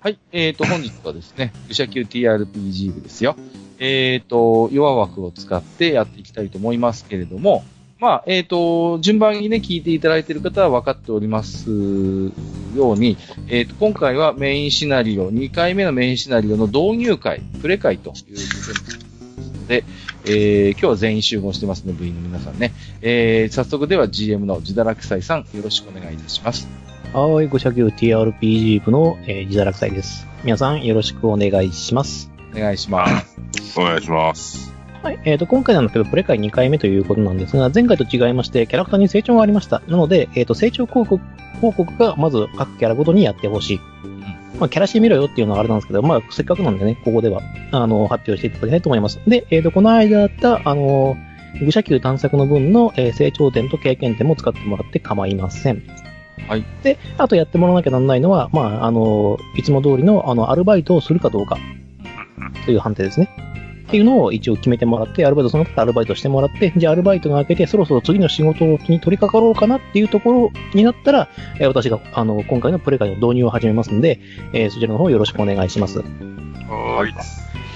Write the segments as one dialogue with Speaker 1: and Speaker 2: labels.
Speaker 1: はい。えっ、と、本日はですね、愚者級 TRPG 部ですよ。えっ、と、弱枠を使ってやっていきたいと思いますけれども、まあ、えっ、と、順番にね、聞いていただいている方は分かっておりますように、えっ、と、今回はメインシナリオ、2回目のメインシナリオの導入会、プレ会ということで、えー今日は全員集合してますので、部員の皆さんね。えー早速では GM の自堕落斎さん、よろしくお願いいたします。
Speaker 2: はい、ご社協 TRPG 部の、えー、自堕落祭です。皆さんよろしくお願いします。
Speaker 1: お願いします。
Speaker 3: お願いします。
Speaker 2: はい、えーと、今回なんですけど、プレイ会2回目ということなんですが、前回と違いまして、キャラクターに成長がありました。なので、えーと、成長広告、報告がまず各キャラごとにやってほしい。まあ、キャラしてみろよっていうのはあれなんですけど、まあ、せっかくなんでね、ここでは、あの、発表していただきたいと思います。で、えーと、この間あった、あの、愚者級探索の分の、えー成長点と経験点も使ってもらって構いません。
Speaker 1: はい。
Speaker 2: で、あとやってもらわなきゃなんないのは、まあ、あの、いつも通りの、あの、アルバイトをするかどうか、という判定ですね。っていうのを一応決めてもらって、アルバイトその方アルバイトしてもらって、じゃあアルバイトが明けて、そろそろ次の仕事に取り掛かろうかなっていうところになったら、えー私が、あの、今回のプレイ会の導入を始めますんで、えーそちらの方よろしくお願いします。
Speaker 3: はーい。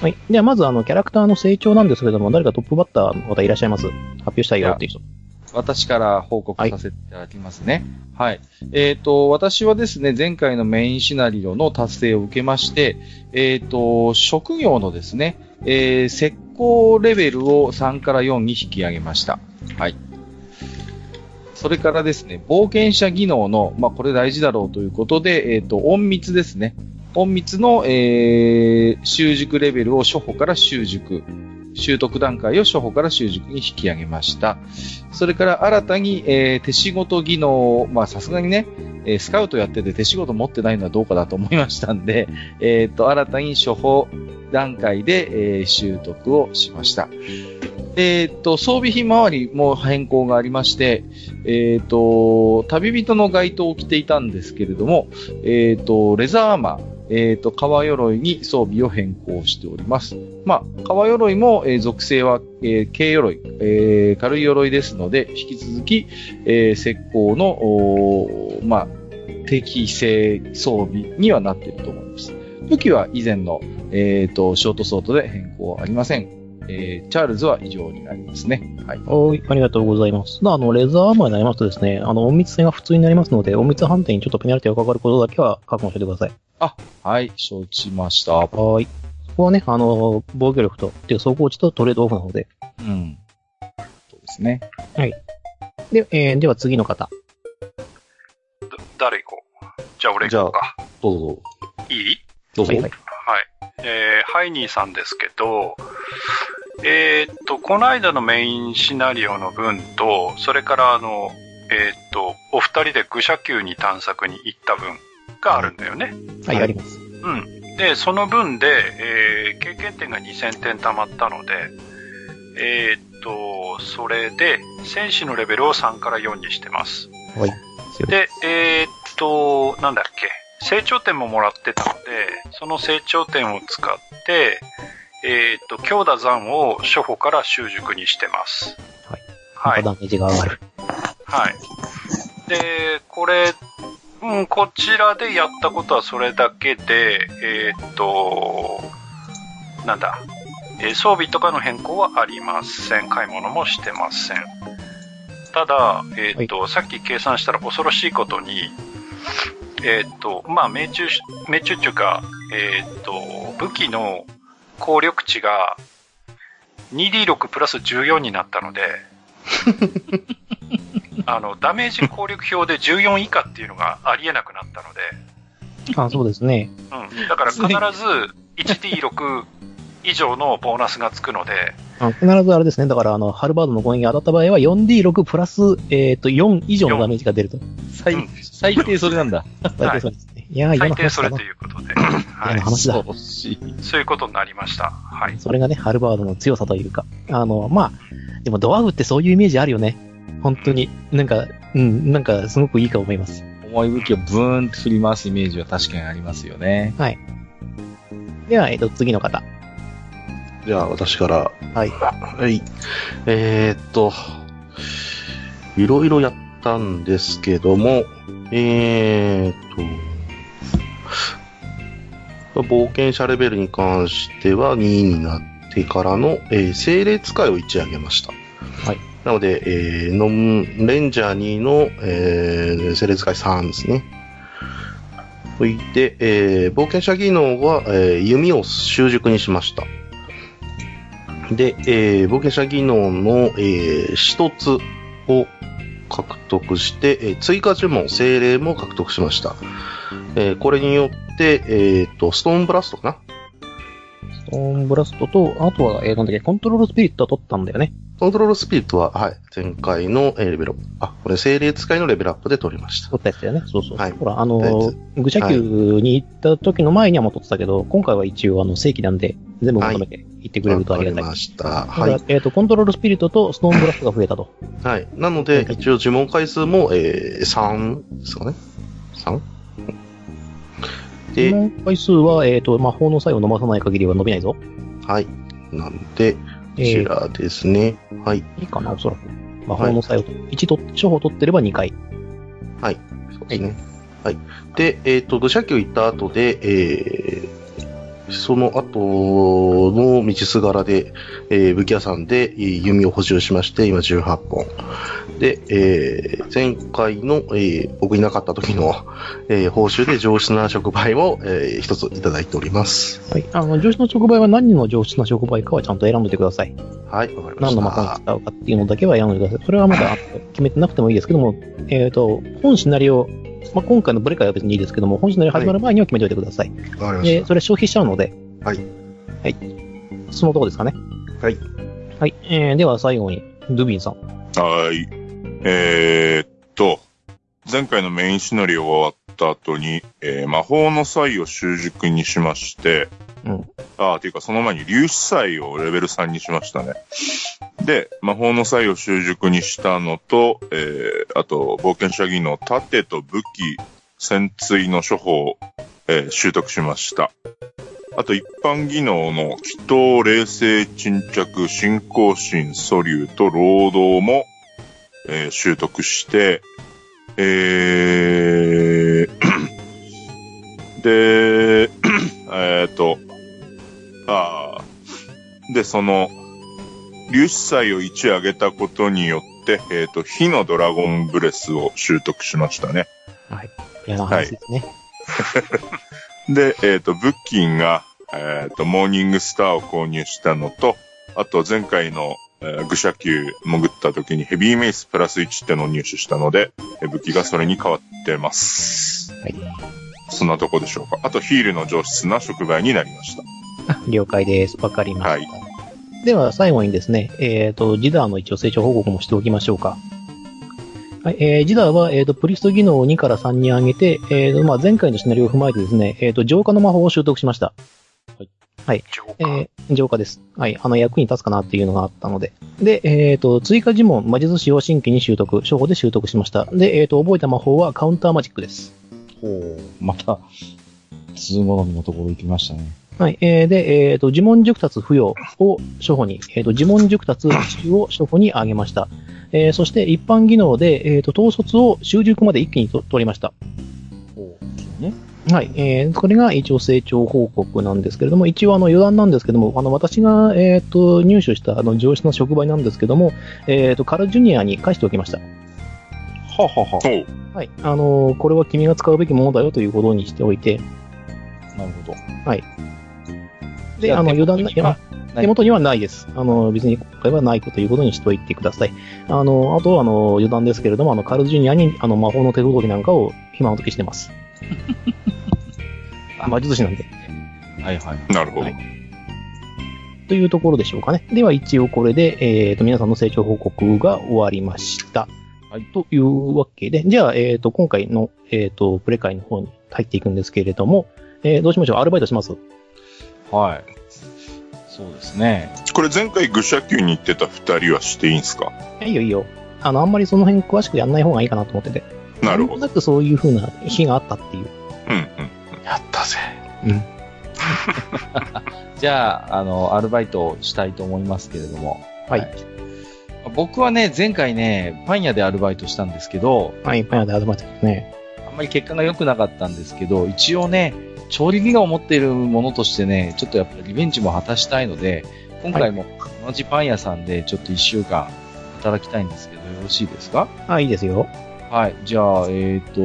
Speaker 2: はい。では、まず、あの、キャラクターの成長なんですけれども、誰かトップバッターの方いらっしゃいます発表したいよっていう人。
Speaker 1: 私から報告させていただきますね。はい。えっ、と、私はですね、前回のメインシナリオの達成を受けまして、えっ、と、職業のですね、えー、石膏レベルを3から4に引き上げました。はい。それからですね、冒険者技能の、まあ、これ大事だろうということで、えっ、と、隠密ですね。隠密の、えー、習熟レベルを初歩から習熟。習得段階を初歩から習熟に引き上げました。それから新たに、えー手仕事技能を、まあさすがにね、えースカウトやってて手仕事持ってないのはどうかだと思いましたんで、 えっ、と、新たに初歩段階で、えー習得をしました。えっ、と、装備品周りも変更がありまして、えっ、と、旅人の街灯を着ていたんですけれども、えっ、と、レザーアーマー、えっ、と、革鎧に装備を変更しております。まあ、革鎧も、えー属性は、えー軽鎧、えー軽い鎧ですので、引き続き、えー石膏の、おーまあ、適正装備にはなっていると思います。武器は以前の、えーと、ショートソートで変更はありません。えーチャールズは以上になりますね。はい。
Speaker 2: はい、ありがとうございます。まああの、レザーアーマーになりますとですね、あの、隠密性が普通になりますので、隠密判定にちょっとペナルティがかかることだけは覚悟しておいてください。
Speaker 1: はい、承知ました。
Speaker 2: はい。ここはね、あの、防御力と、っていう走行値とトレードオフなので。
Speaker 1: うん。そうですね。
Speaker 2: で、えーでは次の方。
Speaker 3: 誰行こうじゃあ俺行こうか。
Speaker 1: どうぞ。
Speaker 3: いい
Speaker 1: どう
Speaker 2: はいはい。
Speaker 3: はい。えー、ハイニーさんですけど、えーっと、この間のメインシナリオの分と、それからあの、えーっと、お二人で愚者級に探索に行った分があるんだよね。
Speaker 2: はい、あります。
Speaker 3: うん。で、その分で、えー経験点が2000点貯まったので、えーっと、それで、戦士のレベルを3から4にしてます。
Speaker 2: はい。
Speaker 3: で、えーっと、なんだっけ、成長点ももらってたので、その成長点を使って、えーっと、強打山を初歩から習熟にしてます。
Speaker 2: はい。
Speaker 3: はい。
Speaker 2: ダメージが上がる。
Speaker 3: はい。で、これ、うん、こちらでやったことはそれだけで、えーっと、なんだ、えー装備とかの変更はありません。買い物もしてません。ただ、えーっと、さっき計算したら恐ろしいことに、えーっと、まあ、命中し、命中っていうか、えーっと、武器の効力値が 2D6 プラス14になったので、あの、ダメージ効力表で14以下っていうのがありえなくなったの
Speaker 2: あ、そうですね。
Speaker 3: で、うん。だから必ず 1D6 以上のボーナスがつくので、
Speaker 2: あ必ずあれですね。だから、あの、ハルバードの攻撃が当たった場合は、4D6 プラス、えっ、と、4以上のダメージが出ると。
Speaker 1: 最、最低それなんだ。
Speaker 2: 大体そうですね。いやー、嫌
Speaker 3: 最
Speaker 2: な
Speaker 3: 低
Speaker 2: 話
Speaker 3: そ
Speaker 2: だ
Speaker 3: れ
Speaker 2: な
Speaker 3: と。いうことで、は
Speaker 2: 嫌
Speaker 3: い
Speaker 2: な。話だ。
Speaker 1: 恐ろしい。
Speaker 3: そういうことになりました。はい。
Speaker 2: それがね、ハルバードの強さというか、あの、まあ、でもドワーフってそういうイメージあるよね。本当に。なんか、うん、なんかすごくいいと思います。
Speaker 1: 重い武器をブーンって振り回すイメージは確かにありますよね。
Speaker 2: では、えっと、次の方。
Speaker 4: じゃあ、私から。
Speaker 2: はい
Speaker 4: はい。えーっと、いろいろやったんですけども、えーっと、冒険者レベルに関しては2位になってからの、えー精霊使いを1上げました。
Speaker 2: はい。
Speaker 4: なので、えーノン、レンジャー2の、えー精霊使い3ですね。続いて、えー冒険者技能は、えー弓を習熟にしました。で、えー冒険者技能の、えー一つを獲得して、えー追加呪文、精霊も獲得しました。えーこれによって、えーと、ストーンブラストかな
Speaker 2: ストーンブラストと、あとは、えー、なんだっけ、コントロールスピリットは取ったんだよね。
Speaker 4: コントロールスピリットは、はい、前回の、えーレベルアップ。あ、これ精霊使いのレベルアップで取りました。
Speaker 2: 取ったやつだよね。そうそう。
Speaker 4: はい
Speaker 2: ほら、あ
Speaker 4: 取
Speaker 2: の
Speaker 4: っ、
Speaker 2: 愚者級に行った時の前にはもう取ってたけど、今回は一応、あの、正規なんで、全部まとめて行ってくれるとありがたい。
Speaker 4: わかりました。
Speaker 2: は、
Speaker 4: はいい。
Speaker 2: えっ、と、コントロールスピリットとストーンブラストが増えたと。
Speaker 4: はい。なので、一応呪文回数も、えー、3ですかね。3?
Speaker 2: で、
Speaker 4: で、
Speaker 2: の回数は、えっ、と、魔法の際を飲まさない限りは伸びないぞ。
Speaker 4: はい。なので、こ
Speaker 2: え
Speaker 4: ち
Speaker 2: ー、
Speaker 4: らですね。はい。
Speaker 2: いいかな、おそらく。魔法の際を、一と、処方取ってれば2回。
Speaker 4: そうですね。はい。で、えっ、と、愚者級行った後で、えーその後の道すがらで、えー武器屋さんでえー弓を補充しまして、今18本。で、えー前回の、えー僕いなかった時の、えー報酬で上質な触媒を、えー一ついただいております。
Speaker 2: はい。あの、上司の触媒は何の上質な触媒かはちゃんと選んでてください。
Speaker 4: はい、わかりま
Speaker 2: 何
Speaker 4: した。
Speaker 2: の魔法に使うかっていうのだけは選んでください。それはまだあ決めてなくてもいいですけども、えっ、と、本シナリオ、まあ、今回のブレカイは別にいいですけども、本シナリオ始まる前には決めておいてください。
Speaker 4: わかりま
Speaker 2: で、
Speaker 4: し
Speaker 2: それ消費しちゃうので、
Speaker 4: はい。
Speaker 2: はい。そのとこですかね。
Speaker 4: はい。
Speaker 2: はい。えー、では最後に、ドゥビンさん。
Speaker 5: はーい。えー、っと、前回のメインシナリオが終わった後に、えー魔法の際を習熟にしまして、
Speaker 2: うん
Speaker 5: ああ、ていうかその前に粒子際をレベル3にしましたね。で、魔法の際を習熟にしたのと、えーあと、冒険者技能、盾と武器、潜水の処方を、えー習得しました。あと一般技能の祈祷、冷静、沈着、信仰心、素粒と労働も、えー習得して、えーで、 えっと、あーで、その、粒子祭を1上げたことによって、えっ、と、火のドラゴンブレスを習得しましたね。
Speaker 2: 嫌な話ですね。
Speaker 5: で、えっ、と、ブッキンが、えっ、と、モーニングスターを購入したのと、あと、前回の、えー愚者級潜った時にヘビーメイスプラス1ってのを入手したので、えー武器がそれに変わってます。
Speaker 2: はい。
Speaker 5: そんなとこでしょうか。あと、ヒールの上質な触媒になりました。
Speaker 2: あ了解です。わかりました。
Speaker 5: はい
Speaker 2: では、最後にですね、えっ、と、ジダーの一応成長報告もしておきましょうか。はい、えー、ジダーは、えっ、と、プリスト技能を2から3に上げて、えっ、と、まあ、前回のシナリオを踏まえてですね、えっ、と、浄化の魔法を習得しました。
Speaker 3: ジョー
Speaker 2: え
Speaker 3: カー
Speaker 2: ー、浄化です。はい、あの、役に立つかなっていうのがあったので。で、えっ、と、追加呪文、魔術使用神器に習得、処方で習得しました。で、えっ、と、覚えた魔法はカウンターマジックです。
Speaker 1: ほう。また、通好みのところ行きましたね。
Speaker 2: はい。えーで、えっ、と、呪文熟達付与を初歩に、えっ、と、呪文熟達中を初歩に上げました。えーそして一般技能で、えっ、と、統率を習熟まで一気にと取りました。
Speaker 1: ほう。ね。
Speaker 2: はい。えーこれが一応成長報告なんですけれども、一応あの余談なんですけども、あの、私が、えっ、と、入手したあの上質な触媒なんですけども、えっ、と、カルジュニアに返しておきました。
Speaker 1: はあはあは
Speaker 5: おう
Speaker 2: はい。あのーこれは君が使うべきものだよということにしておいて、
Speaker 1: あなるほど。
Speaker 2: で、
Speaker 1: じゃあ
Speaker 2: あの、余談
Speaker 1: 手
Speaker 2: な、
Speaker 1: 元にはない
Speaker 2: 手元にはないです。あの、別に今回はないということにしておいてください。あの、あとは、あの、余談ですけれども、あの、カールズジュニアに、あの、魔法の手届きなんかを暇の時してます。魔術師なんで。
Speaker 1: はいはい。
Speaker 5: なるほど。
Speaker 2: はいというところでしょうかね。では、一応これで、えっ、と、皆さんの成長報告が終わりました。
Speaker 1: はい
Speaker 2: というわけで、じゃあ、えっ、と、今回の、えっ、と、プレ会の方に入っていくんですけれども、えーどうしましょうアルバイトします
Speaker 1: はい。そうですね。
Speaker 5: これ前回愚者級に行ってた二人はしていいんすか
Speaker 2: いいよいいよ。あの、あんまりその辺詳しくやんない方がいいかなと思ってて。
Speaker 5: なるほど。
Speaker 2: なんとなくそういう風な日があったっていう。
Speaker 5: うんうん。
Speaker 4: やったぜ。
Speaker 1: じゃあ、あの、アルバイトをしたいと思いますけれども。
Speaker 2: はい
Speaker 1: 僕はね、前回ね、パン屋でアルバイトしたんですけど、
Speaker 2: はい、パン屋で集まってますね。
Speaker 1: あんまり結果が良くなかったんですけど、一応ね、調理技がを持っているものとしてね、ちょっとやっぱりリベンジも果たしたいので、今回も同じパン屋さんでちょっと1週間働きたいんですけど、よろしいですか
Speaker 2: あ、いいですよ。
Speaker 1: はい。じゃあ、えっ、と、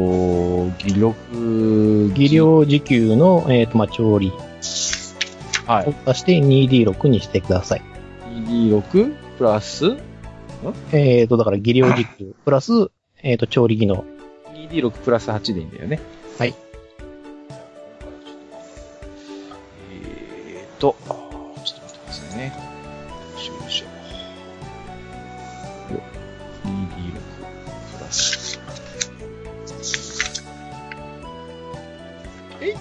Speaker 1: 技力、
Speaker 2: 技量時給の、えっ、と、まあ、調理
Speaker 1: は
Speaker 2: を
Speaker 1: い。
Speaker 2: 足して 2D6 にしてください。
Speaker 1: 2D6 プラス、
Speaker 2: えっ、と、だから技量時給プラス、えっ、と、調理技能。
Speaker 1: 2D6 プラス8でいいんだよね。
Speaker 2: はい。
Speaker 1: えーと、ちょっと待ってくださいね。よいしょよいしょ。よ 2D6 プラス。えい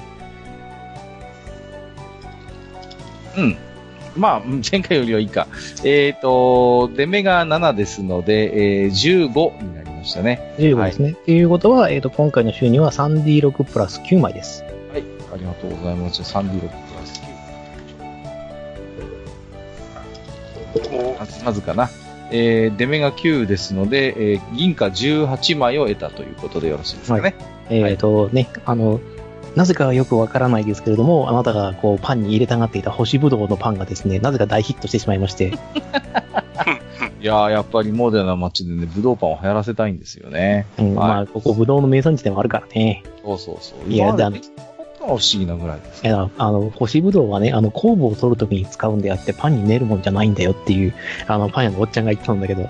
Speaker 1: うん。まあ、うん前回よりはいいか。えっ、と、出目が7ですので、えー、15になりましたね。
Speaker 2: 15ですね。っていうことは、えっ、と、今回の収入は 3D6 プラス9枚です。
Speaker 1: はい、ありがとうございます。3D6 プラス9。あずまずかな。えー、出目が9ですので、えー銀貨18枚を得たということでよろしいですかね。
Speaker 2: えっ、と、ね、あの、なぜかよくわからないですけれども、あなたがこうパンに入れたがっていた干しぶどうのパンがですね、なぜか大ヒットしてしまいまして、
Speaker 1: い、やー、やっぱりモデナな街でね、ブドウパンを流行らせたいんですよね。
Speaker 2: うん
Speaker 1: はい
Speaker 2: まあ、ここぶどうの名産地でもあるからね。
Speaker 1: そうそうそう。
Speaker 2: いや
Speaker 1: 今ま
Speaker 2: だ
Speaker 1: でねこんなの不思議なぐらいです。
Speaker 2: いやあの、干しぶどうはね、あの、酵母を取るときに使うんであって、パンに練るもんじゃないんだよっていう、あの、パン屋のおっちゃんが言ったんだけど、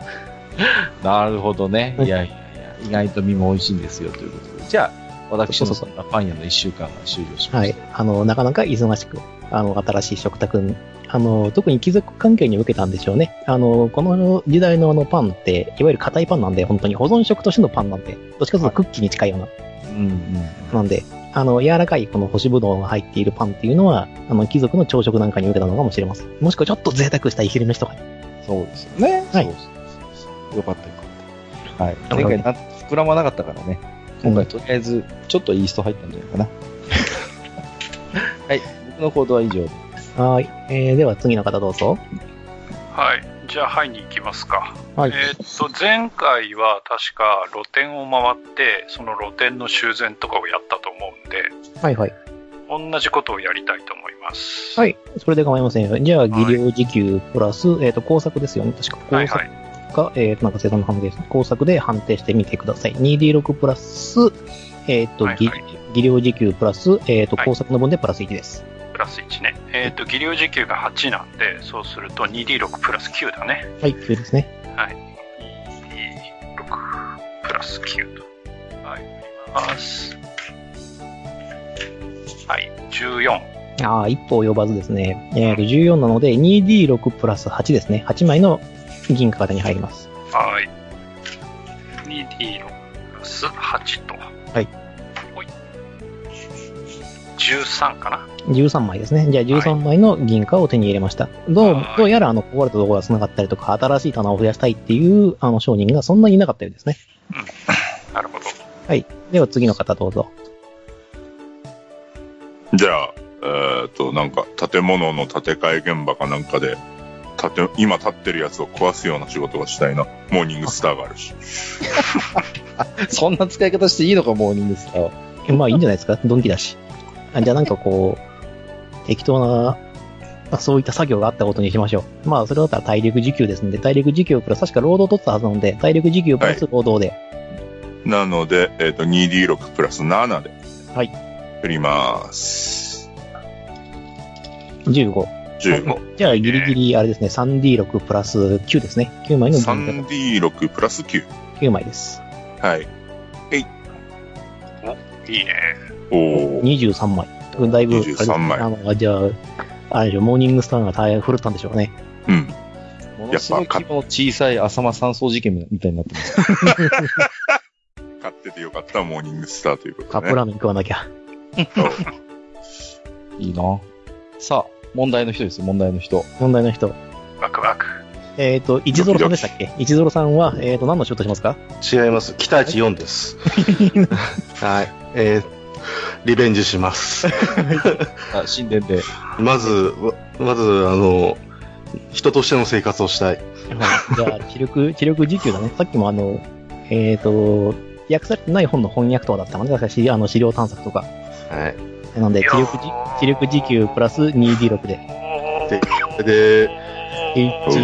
Speaker 1: なるほどね。いやいやいや、意外と身も美味しいんですよということで。じゃあ、私のそんなパン屋の1週間が終了しま
Speaker 2: は
Speaker 1: し
Speaker 2: い。あの、なかなか忙しく、あの、新しい食卓に、あの、特に貴族関係に受けたんでしょうね。あの、この時代のあのパンって、いわゆる硬いパンなんで、本当に保存食としてのパンなんで、どっちかというとクッキーに近いような。
Speaker 1: た。うんうん。
Speaker 2: なんで、あの、柔らかいこの干しぶどうが入っているパンっていうのは、あの、貴族の朝食なんかに受けたのかもしれません。もしくはちょっと贅沢した昼飯とかに。
Speaker 1: そうですよね。
Speaker 2: はい
Speaker 1: そうそうそうよかったよかった。はい。
Speaker 2: な
Speaker 1: 前
Speaker 2: るほど
Speaker 1: 回な膨らまなかったからね。今回とりあえず、ちょっとイースト入ったんじゃないかな。 はい。僕の行動は以上で。
Speaker 2: はい。えー、では次の方どうぞ。
Speaker 3: はい。じゃあ、はいに行きますか。
Speaker 2: はい。
Speaker 3: えーっと、前回は確か露店を回って、その露店の修繕とかをやったと思うんで、
Speaker 2: はいはい。
Speaker 3: 同じことをやりたいと思います。。
Speaker 2: はいい。それで構いませんよ。じゃあ、技量時給プラス、えっ、と、工作ですよね。確か工
Speaker 3: はい
Speaker 2: 作
Speaker 3: はい。
Speaker 2: か、えー、なんか生産の判定ですね。工作で判定してみてください。2D6 プラス、えっ、と、
Speaker 3: はいはい
Speaker 2: 技技量時給プラス、えっ、と、
Speaker 3: はい
Speaker 2: 工作の分でプラス1です。
Speaker 3: プラス1ね。えーっと、技量時給が8なんで、そうすると 2D6 プラス9だね。
Speaker 2: はい、9ですね。
Speaker 3: はい。2D6 プラス9と。はい。ます。はい。14。
Speaker 2: ああ、一歩及ばずですね。えっ、と、14なので、2D6 プラス8ですね。8枚の銀貨型に入ります。。
Speaker 3: はい。2D6 プラス8と。はいほい。13かな
Speaker 2: 13枚ですね。じゃあ13枚の銀貨を手に入れました。どう
Speaker 3: は、い
Speaker 2: どうやらあの壊れたところが繋がったりとか、新しい棚を増やしたいっていうあの商人がそんなにいなかったようですね。
Speaker 3: なるほど。
Speaker 2: はい。では次の方どうぞ。
Speaker 5: じゃあ、えーっと、なんか、建物の建て替え現場かなんかで、建て今立ってるやつを壊すような仕事がしたいな。モーニングスターがあるし。
Speaker 1: そんな使い方していいのか、モーニングスターは。
Speaker 2: まあいいんじゃないですか。ドンキだし。あじゃあなんかこう、適当な、あそういった作業があったことにしましょう。まあそれだったら体力時給ですんで、体力時給プラス、確か労働を取ってたはずなので、体力時給プラス労働で。
Speaker 5: なので、えーっと、2D6 プラス7で。
Speaker 2: はい
Speaker 5: 振ります。
Speaker 2: 15。
Speaker 5: 15。
Speaker 2: じゃあギリギリあれですね、3D6 プラス9ですね。9枚の銀貨
Speaker 5: 3D6 プラス9。
Speaker 2: 9枚です。
Speaker 5: はい。
Speaker 3: いいね。
Speaker 5: おー。
Speaker 2: 23枚。だいぶ、あれですね
Speaker 5: 23枚
Speaker 2: あの、じゃあ、あれでしょ、モーニングスターが大変振るったんでしょうね。
Speaker 5: うん。
Speaker 1: ものすごい規模の小さい浅間山荘事件みたいになってます。
Speaker 5: 買っててよかったモーニングスターというこ
Speaker 2: カ
Speaker 5: と
Speaker 2: ッ
Speaker 5: で、
Speaker 2: プ
Speaker 5: ね。
Speaker 2: ラーメン食わなきゃ。
Speaker 1: いいな。さあ、問題の人ですよ、問題の人。
Speaker 2: 問題の人。
Speaker 3: ワクワク。
Speaker 2: えっ、と、一ゾロさんでしたっけ一ゾロさんは、えっ、と、何の仕事しますか
Speaker 4: 違います。北一4です。はい。えーリベンジします。
Speaker 1: あ、神殿で。
Speaker 4: まず、まず、あの、人としての生活をしたい。
Speaker 2: はいじゃあ、知力、知力時給だね。さっきもあの、えっ、と、訳されてない本の翻訳とかだったもんね。私、あの、資料探索とか。
Speaker 4: はい。
Speaker 2: なんで、気力じ、気力時給プラス 2D6 で。
Speaker 4: で、
Speaker 2: 1、
Speaker 4: 視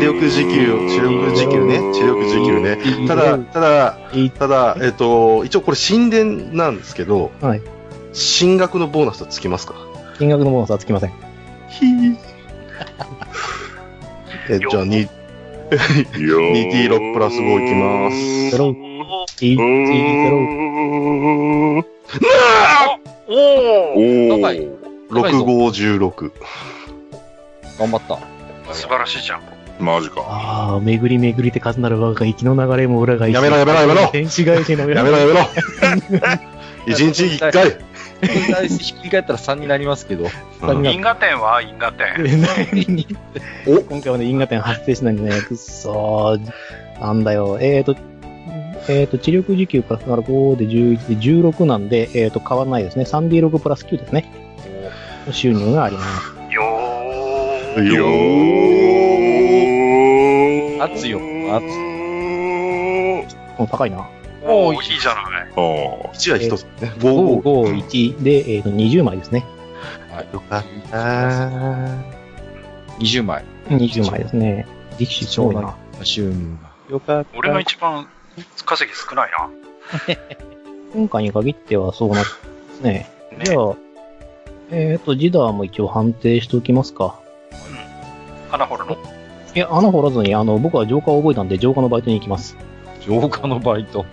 Speaker 4: 力時給、視力時給ね、視力時給ね。
Speaker 2: ね
Speaker 4: ただ、ただ、
Speaker 2: い
Speaker 4: ただ、えっと、一応これ神殿なんですけど、
Speaker 2: はい
Speaker 4: 進学のボーナスとつきますか
Speaker 2: 金額のボーナスはつきません。
Speaker 4: え、じゃあ、に、2D6 プラス5いきます
Speaker 2: ゼロ1、0、
Speaker 3: おお
Speaker 5: お
Speaker 1: 高
Speaker 5: ー
Speaker 4: 6516。
Speaker 1: 頑張った。
Speaker 3: 素晴らしいじゃん。
Speaker 5: マジか。
Speaker 2: ああ、巡り巡りて数なる我が息の流れも裏返し。
Speaker 4: やめろやめろやめろ
Speaker 2: 天使返しの裏
Speaker 4: やめろやめ ろ一日一回
Speaker 1: 大体ひっくり返ったら3になりますけど。
Speaker 2: 返し
Speaker 3: 因果点は因果点。
Speaker 4: お
Speaker 2: 今回はね、因果点発生しないんでね、くっそー。なんだよ。えーと、えーと、知力時給プラスなら5で11で16なんで、えーと、変わらないですね。3D6 プラス9ですね。収入があります。
Speaker 3: よー。
Speaker 5: よー。
Speaker 1: 熱いよ熱
Speaker 2: お高いな。
Speaker 3: おー、いいじゃない。
Speaker 5: あー
Speaker 4: 一は一つね。
Speaker 2: 5、
Speaker 4: 五
Speaker 2: 5、1で、えーと、20枚ですね。
Speaker 4: よかった。
Speaker 1: 20枚。
Speaker 2: 20枚ですね。力士すごいな。
Speaker 1: シュームが。
Speaker 2: よかっ
Speaker 3: 俺が一番稼ぎ少ないな。
Speaker 2: 今回に限ってはそうなですね。
Speaker 3: ね
Speaker 2: じゃあ、えっ、と、ジダーも一応判定しておきますか。
Speaker 3: 花ほらの。
Speaker 2: いや、穴掘らずに、あの、僕は浄化を覚えたんで、浄化のバイトに行きます。
Speaker 1: 浄化のバイト。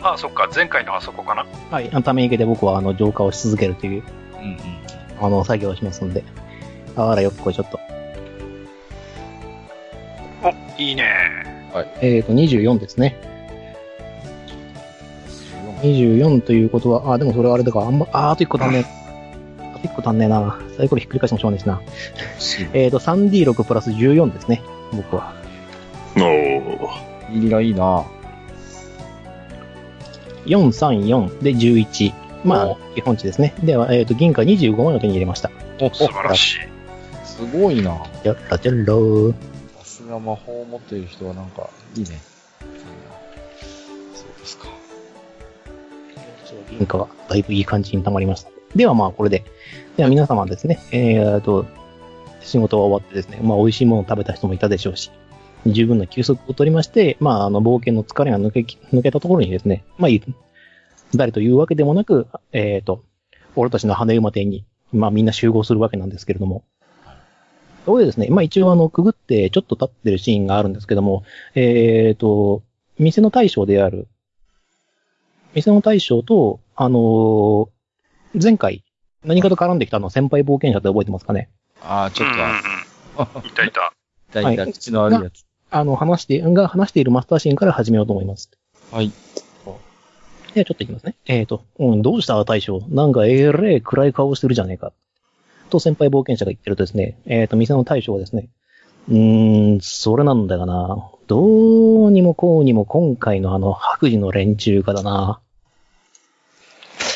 Speaker 3: ああ、そっか。前回のあそこかな。
Speaker 2: はい。あのため池で僕は、あの、浄化をし続けるという、
Speaker 1: うんうん。
Speaker 2: あの、作業をしますんで。あらよっこいちょっと。
Speaker 3: お、いいね。
Speaker 2: えっ、と、24ですね。24ということは、あ、でもそれはあれだから、あんま、あー、あと1個足んねえ。あと1個足んねえな。サイコロひっくり返してもしょうがないしな。えっ、と、3D6 プラス14ですね。僕は。
Speaker 5: お
Speaker 1: 入りがいいな
Speaker 2: 434で11。まあ、基本値ですね。では、えっ、と、銀貨25枚を手に入れました。
Speaker 1: お、
Speaker 3: 素晴らしい。
Speaker 1: おすごいな
Speaker 2: ちょろちょろ。
Speaker 1: さすが魔法を持っている人はなんか、いいね。そうですか。
Speaker 2: 銀貨がだいぶいい感じに溜まりました。では、まあ、これで。では、皆様ですね、えっ、と、仕事が終わってですね、まあ、美味しいものを食べた人もいたでしょうし、十分な休息を取りまして、まあ、あの、冒険の疲れが抜けき、抜けたところにですね、まあ、い誰というわけでもなく、えっ、と、俺たちの羽馬店に、まあ、みんな集合するわけなんですけれども、そこでですね、まあ、一応、あの、くぐって、ちょっと立ってるシーンがあるんですけども、えっ、と、店の大将である、店の大将と、あのー前回、何かと絡んできたあの、先輩冒険者って覚えてますかね
Speaker 1: ああ、ち
Speaker 3: う
Speaker 1: ょ
Speaker 3: ん
Speaker 1: っ
Speaker 3: う
Speaker 1: と、あ
Speaker 3: んうん。いたいた。
Speaker 1: だいたい口の悪いやつ。
Speaker 2: あの、話して、が話しているマスターシーンから始めようと思います。
Speaker 1: はい。
Speaker 2: では、ちょっといきますね。えっ、と、うん、どうした大将なんかえれえ暗い顔してるじゃねえか。と先輩冒険者が言ってるとですね、えっ、と、店の大将がですね、うーん、それなんだがな。どうにもこうにも今回のあの、白磁の連中がだな。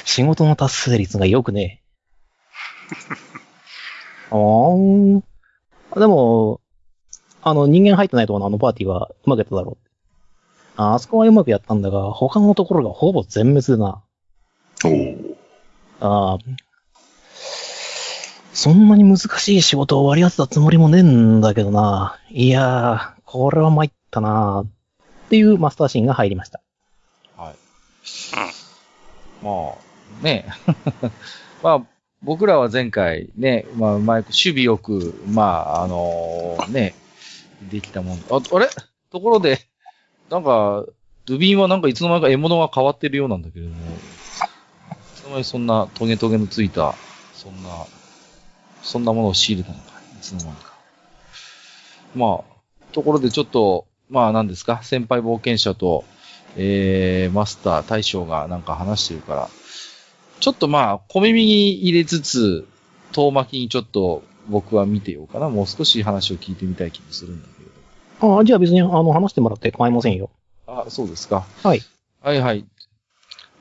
Speaker 2: 仕事の達成率が良くねえ。おーん。でも、あの、人間入ってないとこのあのパーティーはうまくやっただろう。ああそこはうまくやったんだが、他のところがほぼ全滅だな。
Speaker 5: ー。
Speaker 2: ああ。そんなに難しい仕事を割り当てたつもりもねえんだけどな。いやー、これは参ったな。っていうマスターシーンが入りました。
Speaker 1: はい。まあ、ね まあ、僕らは前回ね、まあ、うまい、守備よく、まあ、あのーね、できたもん。あ、あれところで、なんか、ドゥビンはなんかいつの間にか獲物が変わってるようなんだけれども、いつの間にそんなトゲトゲのついた、そんな、そんなものを仕入れたのか、いつの間にか。まあ、ところでちょっと、まあ何ですか、先輩冒険者と、えー、マスター、大将がなんか話してるから、ちょっとまあ、小耳に入れつつ、遠巻きにちょっと僕は見てようかな。もう少し話を聞いてみたい気もするんだけど。
Speaker 2: ああ、じゃあ別にあの話してもらって構いませんよ。
Speaker 1: あ、そうですか。
Speaker 2: はい。
Speaker 1: はいはい。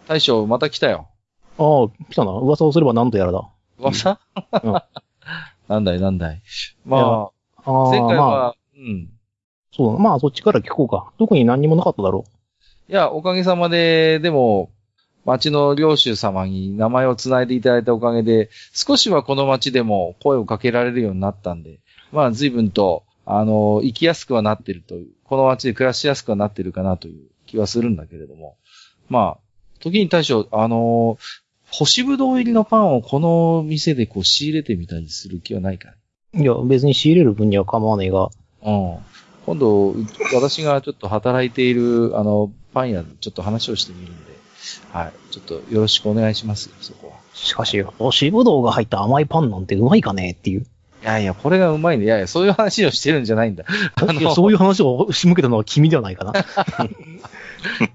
Speaker 1: 大将、また来たよ。
Speaker 2: ああ、来たな。噂をすれば何とやらだ。
Speaker 1: 噂、
Speaker 2: うん
Speaker 1: なんだいなんだい。ま
Speaker 2: あ
Speaker 1: あ、
Speaker 2: あ、
Speaker 1: 前回は、
Speaker 2: まあ、
Speaker 1: うん。
Speaker 2: そうだな。まあそっちから聞こうか。特に何にもなかっただろ
Speaker 1: いや、おかげさまで、でも、町の領主様に名前を繋いでいただいたおかげで、少しはこの町でも声をかけられるようになったんで、まあ随分と、あの、生きやすくはなってるという、この町で暮らしやすくはなってるかなという気はするんだけれども、まあ、時に大将、あの、干しぶどう入りのパンをこの店でこう仕入れてみたりする気はないか
Speaker 2: いや、別に仕入れる分には構わないが、
Speaker 1: うん。今度、う私がちょっと働いている、あの、パン屋でちょっと話をしてみるんで、はい。ちょっとよろしくお願いしますよ、そこは。
Speaker 2: しかし、干しぶどうが入った甘いパンなんてうまいかねっていう。
Speaker 1: いやいや、これがうまいね。いやいや、そういう話をしてるんじゃないんだ。 あ
Speaker 2: いや
Speaker 1: の、
Speaker 2: そういう話を仕向けたのは君ではない かな。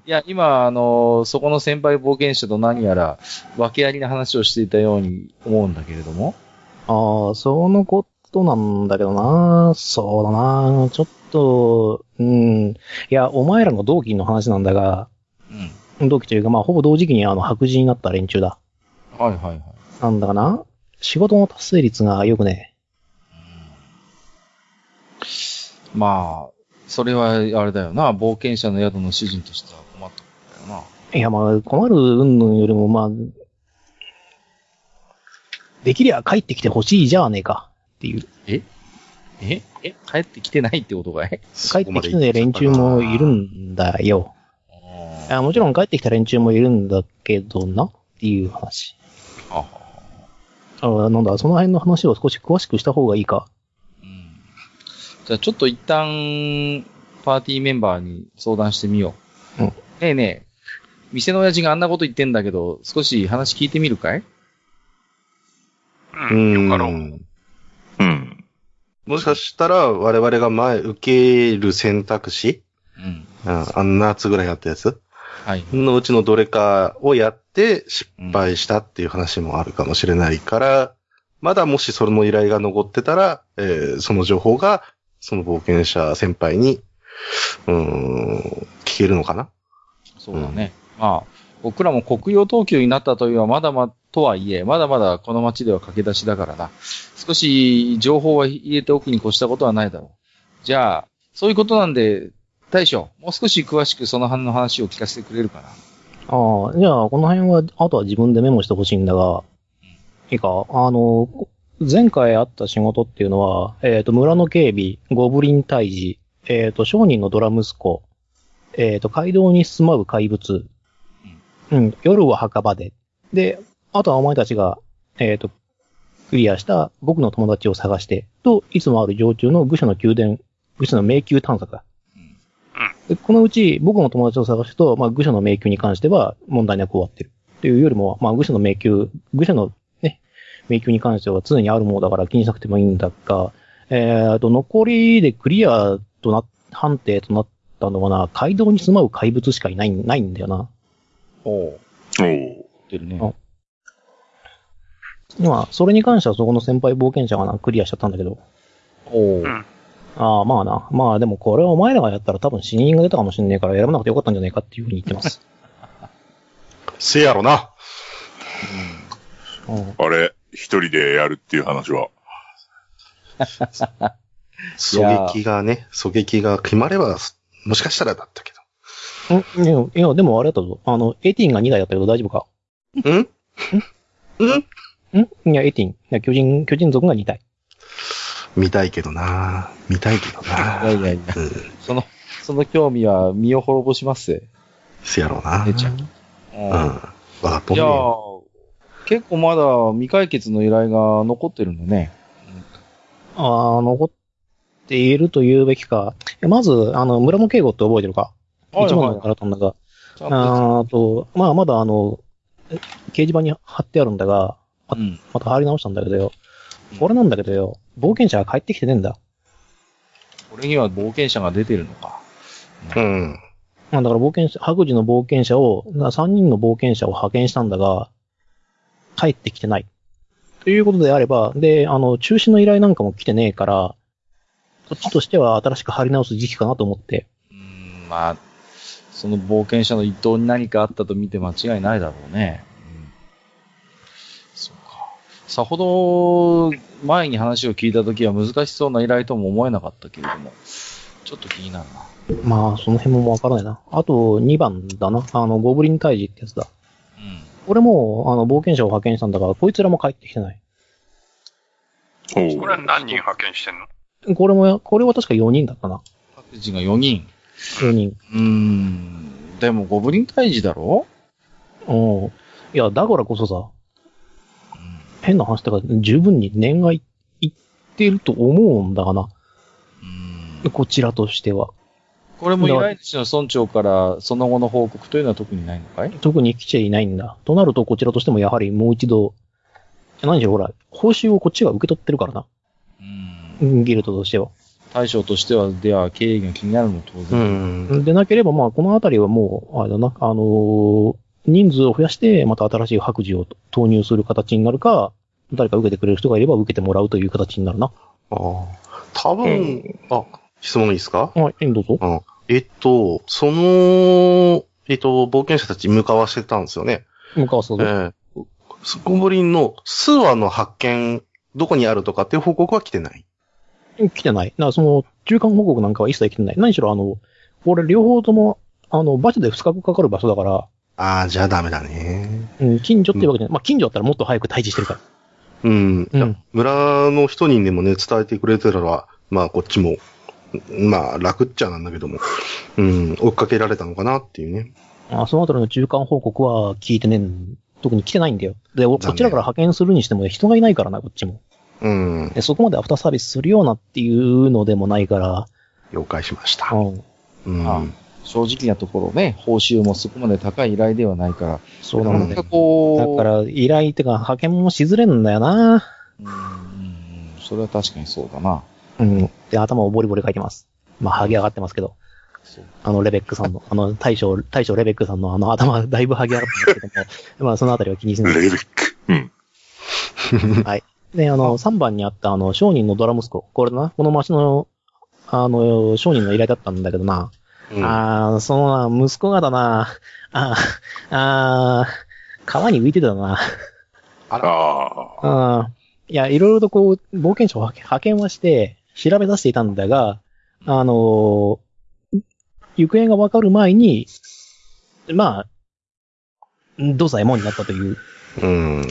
Speaker 1: いや、今、あの、そこの先輩冒険者と何やら、訳ありな話をしていたように思うんだけれども。
Speaker 2: ああ、そのことなんだけどな。そうだな。ちょっと、うん。いや、お前らの同期の話なんだが、
Speaker 1: うん。
Speaker 2: 同期というか、まあ、ほぼ同時期にあの、白人になった連中だ。
Speaker 1: はいはいはい。
Speaker 2: なんだかな。仕事の達成率が良くね。
Speaker 1: まあ、それはあれだよな。冒険者の宿の主人としては困ったことだよな。
Speaker 2: いや、まあ、困る云々よりも、まあ、できりゃ帰ってきてほしいじゃあねえか。っていう。
Speaker 1: ええ帰ってきてないってことかい
Speaker 2: 帰ってきてね連中もいるんだよ。あもちろん帰ってきた連中もいるんだけどなっていう話。
Speaker 1: あ
Speaker 2: あなんだ、その辺の話を少し詳しくした方がいいか。
Speaker 1: うんじゃあちょっと一旦、パーティーメンバーに相談してみよう。
Speaker 2: うん
Speaker 1: ねえねえ、店の親父があんなこと言ってんだけど、少し話聞いてみるかい
Speaker 4: う
Speaker 3: うん、よかろう。
Speaker 4: ん。
Speaker 5: うん。
Speaker 4: もしかしたら、我々が前受ける選択肢、
Speaker 1: うん。
Speaker 4: うん、あんな夏ぐらいやったやつ
Speaker 1: はい。
Speaker 4: のうちのどれかをやって失敗したっていう話もあるかもしれないから、まだもしその依頼が残ってたら、えーその情報が、その冒険者先輩に、うーん、聞けるのかな
Speaker 1: そうだね。まあ、僕らも国用等級になったというはまだま、とはいえ、まだまだこの町では駆け出しだからな。少し情報は入れておくに越したことはないだろう。じゃあ、そういうことなんで、大将、もう少し詳しくその辺の話を聞かせてくれるかな。
Speaker 2: ああ、じゃあ、この辺は、あとは自分でメモしてほしいんだが、いいか、あの、前回あった仕事っていうのは、えっ、と、村の警備、ゴブリン退治、えっ、と、商人のドラ息子、えっ、と、街道に住まう怪物、うん、夜は墓場で、で、あとはお前たちが、えっ、と、クリアした僕の友達を探して、と、いつもある常駐の愚者の宮殿、愚者の迷宮探索だ。でこのうち、僕の友達を探すと、まあ、愚者の迷宮に関しては問題なく終わってる。っていうよりも、まあ、愚者の迷宮、愚者のね、迷宮に関しては常にあるものだから気にしなくてもいいんだが、えっと、残りでクリアとな、判定となったのはな、街道に住まう怪物しかいない、ないんだよな。
Speaker 1: おう。
Speaker 5: おー
Speaker 1: 言ってるね。
Speaker 2: あまあ、それに関してはそこの先輩冒険者がな、クリアしちゃったんだけど。
Speaker 1: おう
Speaker 3: うん
Speaker 2: ああ、まあな。まあでもこれはお前らがやったら多分死人が出たかもしんねえから選ばなくてよかったんじゃないかっていうふうに言ってます。
Speaker 4: せやろな。
Speaker 2: うん
Speaker 5: あれ、一人でやるっていう話は。
Speaker 4: 狙撃がね、狙撃が決まれば、もしかしたらだったけ
Speaker 2: んいや、いや、でもあれだったぞ。あの、エティンが2台だったけど大丈夫か
Speaker 4: ど。んん
Speaker 2: んいや、エティン。いや、巨人、巨人族が2体。
Speaker 4: 見たいけどな見たいけど
Speaker 1: いや
Speaker 4: ない
Speaker 1: やいや、
Speaker 4: うん、
Speaker 1: その、その興味は身を滅ぼしますぜ。
Speaker 4: せやろな
Speaker 1: 出ちゃう。
Speaker 4: うん。わかっとん
Speaker 1: じ
Speaker 4: ね
Speaker 1: ゃ
Speaker 4: ん
Speaker 1: あ、結構まだ未解決の依頼が残ってるんだね。
Speaker 2: ああ、残っていると言うべきか。えまず、あの、村の警護って覚えてるか一番の
Speaker 1: ちゃん
Speaker 2: からたんだが。
Speaker 1: と。
Speaker 2: あーと、まあ、まだあの、え掲示板に貼ってあるんだが、
Speaker 1: うん。
Speaker 2: また貼り直したんだけどよ。これなんだけどよ、冒険者が帰ってきてねえんだ。
Speaker 1: これには冒険者が出てるのか。
Speaker 4: うん。
Speaker 2: まあ、だから冒険者、白人の冒険者を、な3人の冒険者を派遣したんだが、帰ってきてない。ということであれば、で、あの、中止の依頼なんかも来てねえから、こっちとしては新しく貼り直す時期かなと思って。
Speaker 1: うーん、まあ、その冒険者の一党に何かあったと見て間違いないだろうね。うん。そうか。さほど前に話を聞いたときは難しそうな依頼とも思えなかったけれども、ちょっと気になるな。
Speaker 2: まあ、その辺もわからないな。あと、2番だな。あの、ゴブリン退治ってやつだ。
Speaker 1: うん。
Speaker 2: 俺もう、あの、冒険者を派遣したんだから、こいつらも帰ってきてない。
Speaker 5: お
Speaker 3: こ
Speaker 5: う
Speaker 3: れは何人派遣してんの
Speaker 2: これも、これは確か4人だったな。
Speaker 1: 各人が4人。
Speaker 2: 4人。
Speaker 1: うーん。でも、ゴブリン退治だろ
Speaker 2: うん。いや、だからこそさ、変な話だから、十分に念がいいってると思うんだがな。
Speaker 1: うん。
Speaker 2: こちらとしては。
Speaker 1: これも依頼主の村長から、その後の報告というのは特にないのかい
Speaker 2: 特に来ちゃいないんだ。となると、こちらとしてもやはりもう一度、何しろほら、報酬をこっちが受け取ってるからな。
Speaker 1: うん。
Speaker 2: うんギルドとしては。
Speaker 1: 大将としては、では、経営が気になるの当
Speaker 4: う
Speaker 1: 然。
Speaker 4: ん。
Speaker 2: でなければ、まあ、このあたりはもう、あれだな、あのー人数を増やして、また新しい白磁を投入する形になるか、誰か受けてくれる人がいれば受けてもらうという形になるな。
Speaker 4: ああ。多分、あ、質問いいですか
Speaker 2: はい、どうぞ。
Speaker 4: えっと、その、えっと、冒険者たち向かわせたんですよね。
Speaker 2: 向かわすぞ。
Speaker 4: ええゴブリンの数話の発見、どこにあるとかっていう報告は来てない。
Speaker 2: 来てない。だからその、中間報告なんかは一切来てない。何しろ、あの、俺両方とも、あの、バスで2日かかる場所だから、
Speaker 4: ああ、じゃあダメだね。
Speaker 2: うん、近所っていうわけじゃない。まあ、近所だったらもっと早く退治してるか
Speaker 4: うん。
Speaker 2: ら。うん。
Speaker 4: 村の人にでもね、伝えてくれてたら、まあこっちも、まあ楽っちゃなんだけども、うん、追っかけられたのかなっていうね。
Speaker 2: あそのあたりの中間報告は聞いてねえん特に来てないんだよ。で、おこちらから派遣するにしても人がいないからな、こっちも。
Speaker 4: うん、
Speaker 2: で、そこまでアフターサービスするようなっていうのでもないから、
Speaker 4: 了解しました。
Speaker 2: うん。
Speaker 4: うん。
Speaker 1: あ正直なところね、報酬もそこまで高い依頼ではないから、
Speaker 2: そうな
Speaker 1: なか
Speaker 2: の
Speaker 1: なか
Speaker 2: で。
Speaker 1: こう、
Speaker 2: だから、依頼ってか、派遣もしづれんだよな。
Speaker 1: うんうんうん、それは確かにそうだな。
Speaker 2: うん。で、頭をボリボリ書いてます。まあ、剥げ上がってますけど。
Speaker 1: そう
Speaker 2: あの、レベックさんの、あの、大将、大将レベックさんのあの、頭、だいぶ剥げ上がってますけども、ま あ、そのあたりは気にしない
Speaker 5: レ。ベック。うん。
Speaker 2: で、あの、3番にあった、あの、商人のドラ息子。これだな。この町の、あの、商人の依頼だったんだけどな。
Speaker 4: うん
Speaker 2: ああ、そのな、息子がだな。ああ、ああ、川に浮いてたな。
Speaker 5: ああ。
Speaker 2: ああ。いや、いろいろとこう、冒険者を派遣派遣はして、調べ出していたんだが、あのー行方がわかる前に、まあ、ん土左衛門になったという。
Speaker 4: うん。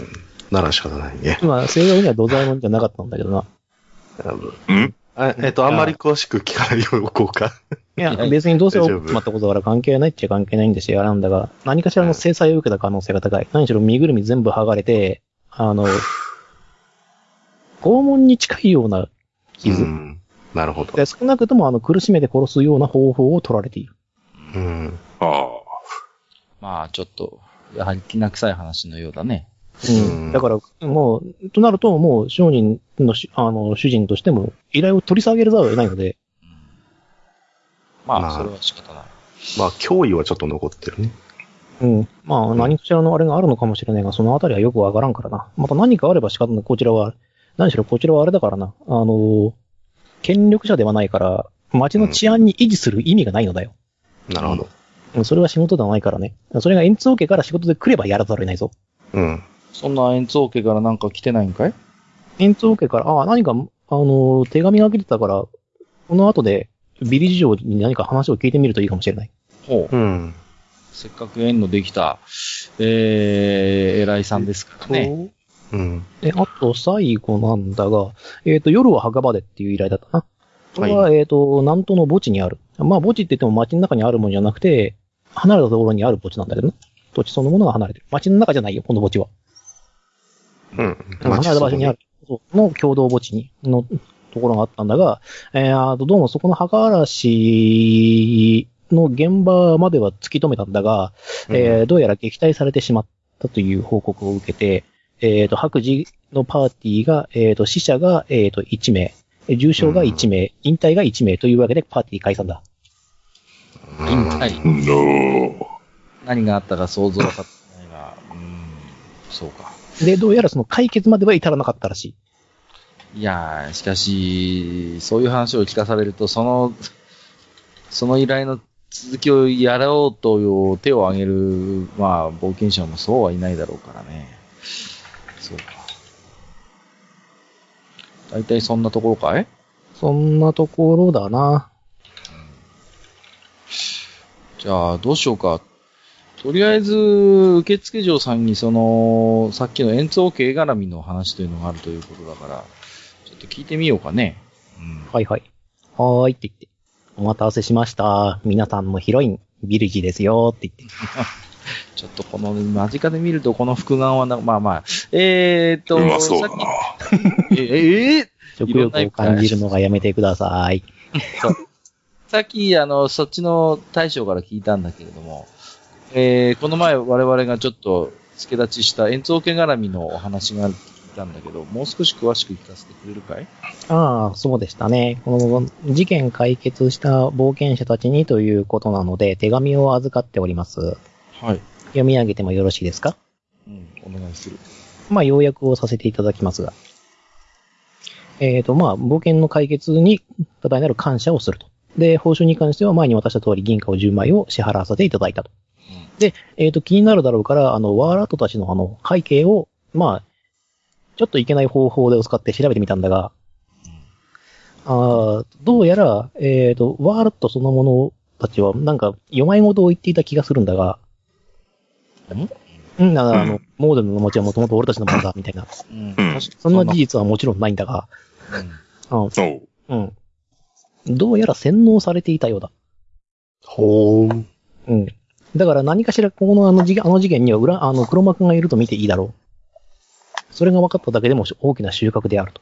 Speaker 4: なら仕方ないね。
Speaker 2: まあ、正確には土左衛門じゃなかったんだけどな。
Speaker 5: うん
Speaker 4: あえっと、あんまり詳しく聞かないようにおこうか。
Speaker 2: いや、別にどうせ
Speaker 4: 大
Speaker 2: 決
Speaker 4: 丈夫
Speaker 2: まったことだから関係ないっちゃ関係ないんですよ、あれなんだが、何かしらの制裁を受けた可能性が高い。何しろ身ぐるみ全部剥がれて、あ の、拷問に近いような傷。
Speaker 4: うん。なるほど。
Speaker 2: で少なくともあの苦しめて殺すような方法を取られている。
Speaker 4: うん。
Speaker 5: ああ。
Speaker 1: まあ、ちょっと、やはりきな臭い話のようだね。
Speaker 4: うん
Speaker 2: だから、もう、となると、もう商人のしあの主人としても依頼を取り下げるざるを得ないので、
Speaker 1: うんまあ、
Speaker 4: まあ
Speaker 1: それは仕方ない。
Speaker 4: まあ、脅威はちょっと残ってるね。
Speaker 2: うん。まあ、何かしらのあれがあるのかもしれないが、そのあたりはよくわからんからな。また何かあれば仕方ない。こちらは、何しろこちらはあれだからな。あのー権力者ではないから、街の治安に維持する意味がないのだよ。
Speaker 4: なるほど。
Speaker 2: うんそれは仕事ではないからね。それが円通家から仕事で来ればやらざるを得ないぞ。
Speaker 4: うん。
Speaker 1: そんな円筒家からなんか来てないんかい
Speaker 2: 円通家から、ああ、何か、あのー手紙が来てたから、この後で、ビリ事情に何か話を聞いてみるといいかもしれない。
Speaker 1: ほう。
Speaker 4: うん。
Speaker 1: せっかく縁のできた、えー、偉いさんですからね。
Speaker 4: うん。
Speaker 2: え、あと最後なんだが、えっ、と、夜は墓場でっていう依頼だったな。これは、
Speaker 4: は
Speaker 2: えっ、と、南東の墓地にある。まあ、墓地って言っても街の中にあるものじゃなくて、離れたところにある墓地なんだけどな。土地そのものが離れてる。街の中じゃないよ、この墓地は。
Speaker 4: うん。
Speaker 2: 離れた場所にある。そうの共同墓地に、のところがあったんだが、えー、あとどうもそこの墓嵐の現場までは突き止めたんだが、えーどうやら撃退されてしまったという報告を受けて、えっ、と、白磁のパーティーが、えっ、と、死者が、えっ、と、1名、え重傷が1名、引退が1名というわけでパーティー解散だ。
Speaker 4: うん
Speaker 1: 引退。
Speaker 5: の
Speaker 1: 何があったか想像は立ってないが、うーん、そうか。
Speaker 2: で、どうやらその解決までは至らなかったらしい。
Speaker 1: いやー、しかし、そういう話を聞かされると、その、その依頼の続きをやろうという手を挙げる、まあ、冒険者もそうはいないだろうからね。そうか。大体そんなところかい
Speaker 2: そんなところだな。
Speaker 1: じゃあ、どうしようか。とりあえず、受付嬢さんに、その、さっきの円筒形絡みの話というのがあるということだから、ちょっと聞いてみようかね。うん。
Speaker 2: はいはい。はーいって言って。お待たせしました。皆さんもヒロイン、ビルジですよって言って。
Speaker 1: ちょっとこの、間近で見るとこの複眼はな、まあまあ、えーっと、
Speaker 5: うまそうだ
Speaker 1: さ
Speaker 5: な
Speaker 1: っ。き、え、えー
Speaker 2: 食欲を感じるのがやめてください。
Speaker 1: さっき、あの、そっちの大将から聞いたんだけれども、えー、この前我々がちょっと付け立ちした円筒家絡みのお話が聞いたんだけど、もう少し詳しく聞かせてくれるかい
Speaker 2: ああ、そうでしたね。この事件解決した冒険者たちにということなので、手紙を預かっております。
Speaker 1: はい。
Speaker 2: 読み上げてもよろしいですか
Speaker 1: うん、お願いする。
Speaker 2: まあ、要約をさせていただきますが。えっ、と、まあ、冒険の解決に多大なる感謝をすると。で、報酬に関しては前に渡した通り銀貨を10枚を支払わせていただいたと。で、えっ、と、気になるだろうから、あの、ワーラートたちのあの、背景を、まあ、ちょっといけない方法で使って調べてみたんだが、あーどうやら、えっ、と、ワーラートそのものたちは、なんか、読まい事を言っていた気がするんだが、うん、だからあの、
Speaker 5: う
Speaker 2: モーデンの餅はもともと俺たちのものだ、みたい
Speaker 1: う
Speaker 2: な。
Speaker 1: ん、確
Speaker 5: う
Speaker 1: か
Speaker 5: ん
Speaker 1: に
Speaker 2: そんな事実はもちろんないんだが、
Speaker 1: うん
Speaker 2: うん
Speaker 5: おう
Speaker 2: うん。どうやら洗脳されていたようだ。
Speaker 4: ほー。
Speaker 2: うん。だから何かしらこのあの事件あの事件には裏、あの黒幕がいると見ていいだろう。それが分かっただけでも大きな収穫であると。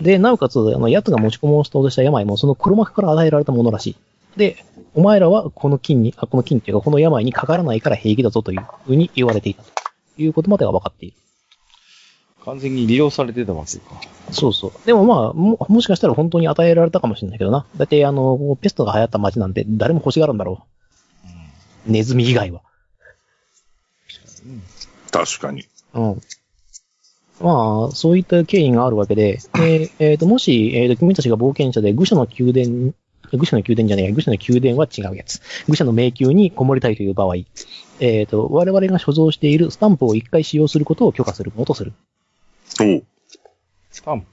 Speaker 2: で、なおかつ、あの、奴が持ち込もうとした病もその黒幕から与えられたものらしい。で、お前らはこの菌に、あこの菌っていうかこの病にかからないから平気だぞというふうに言われていたということまでが分かっている。
Speaker 1: 完全に利用されてたわけか。
Speaker 2: そうそう。でもまあ、も、もしかしたら本当に与えられたかもしれないけどな。だって、あの、ペストが流行った街なんて誰も欲しがるんだろう。ネズミ以外は。
Speaker 5: 確かに。
Speaker 2: うん。まあ、そういった経緯があるわけで、でえっ、と、もし、えっ、と、君たちが冒険者で愚者の宮殿、愚者の宮殿じゃねえや、愚者の宮殿は違うやつ。愚者の迷宮にこもりたいという場合、えっ、と、我々が所蔵しているスタンプを一回使用することを許可するものとする。
Speaker 5: おう
Speaker 1: スタンプ。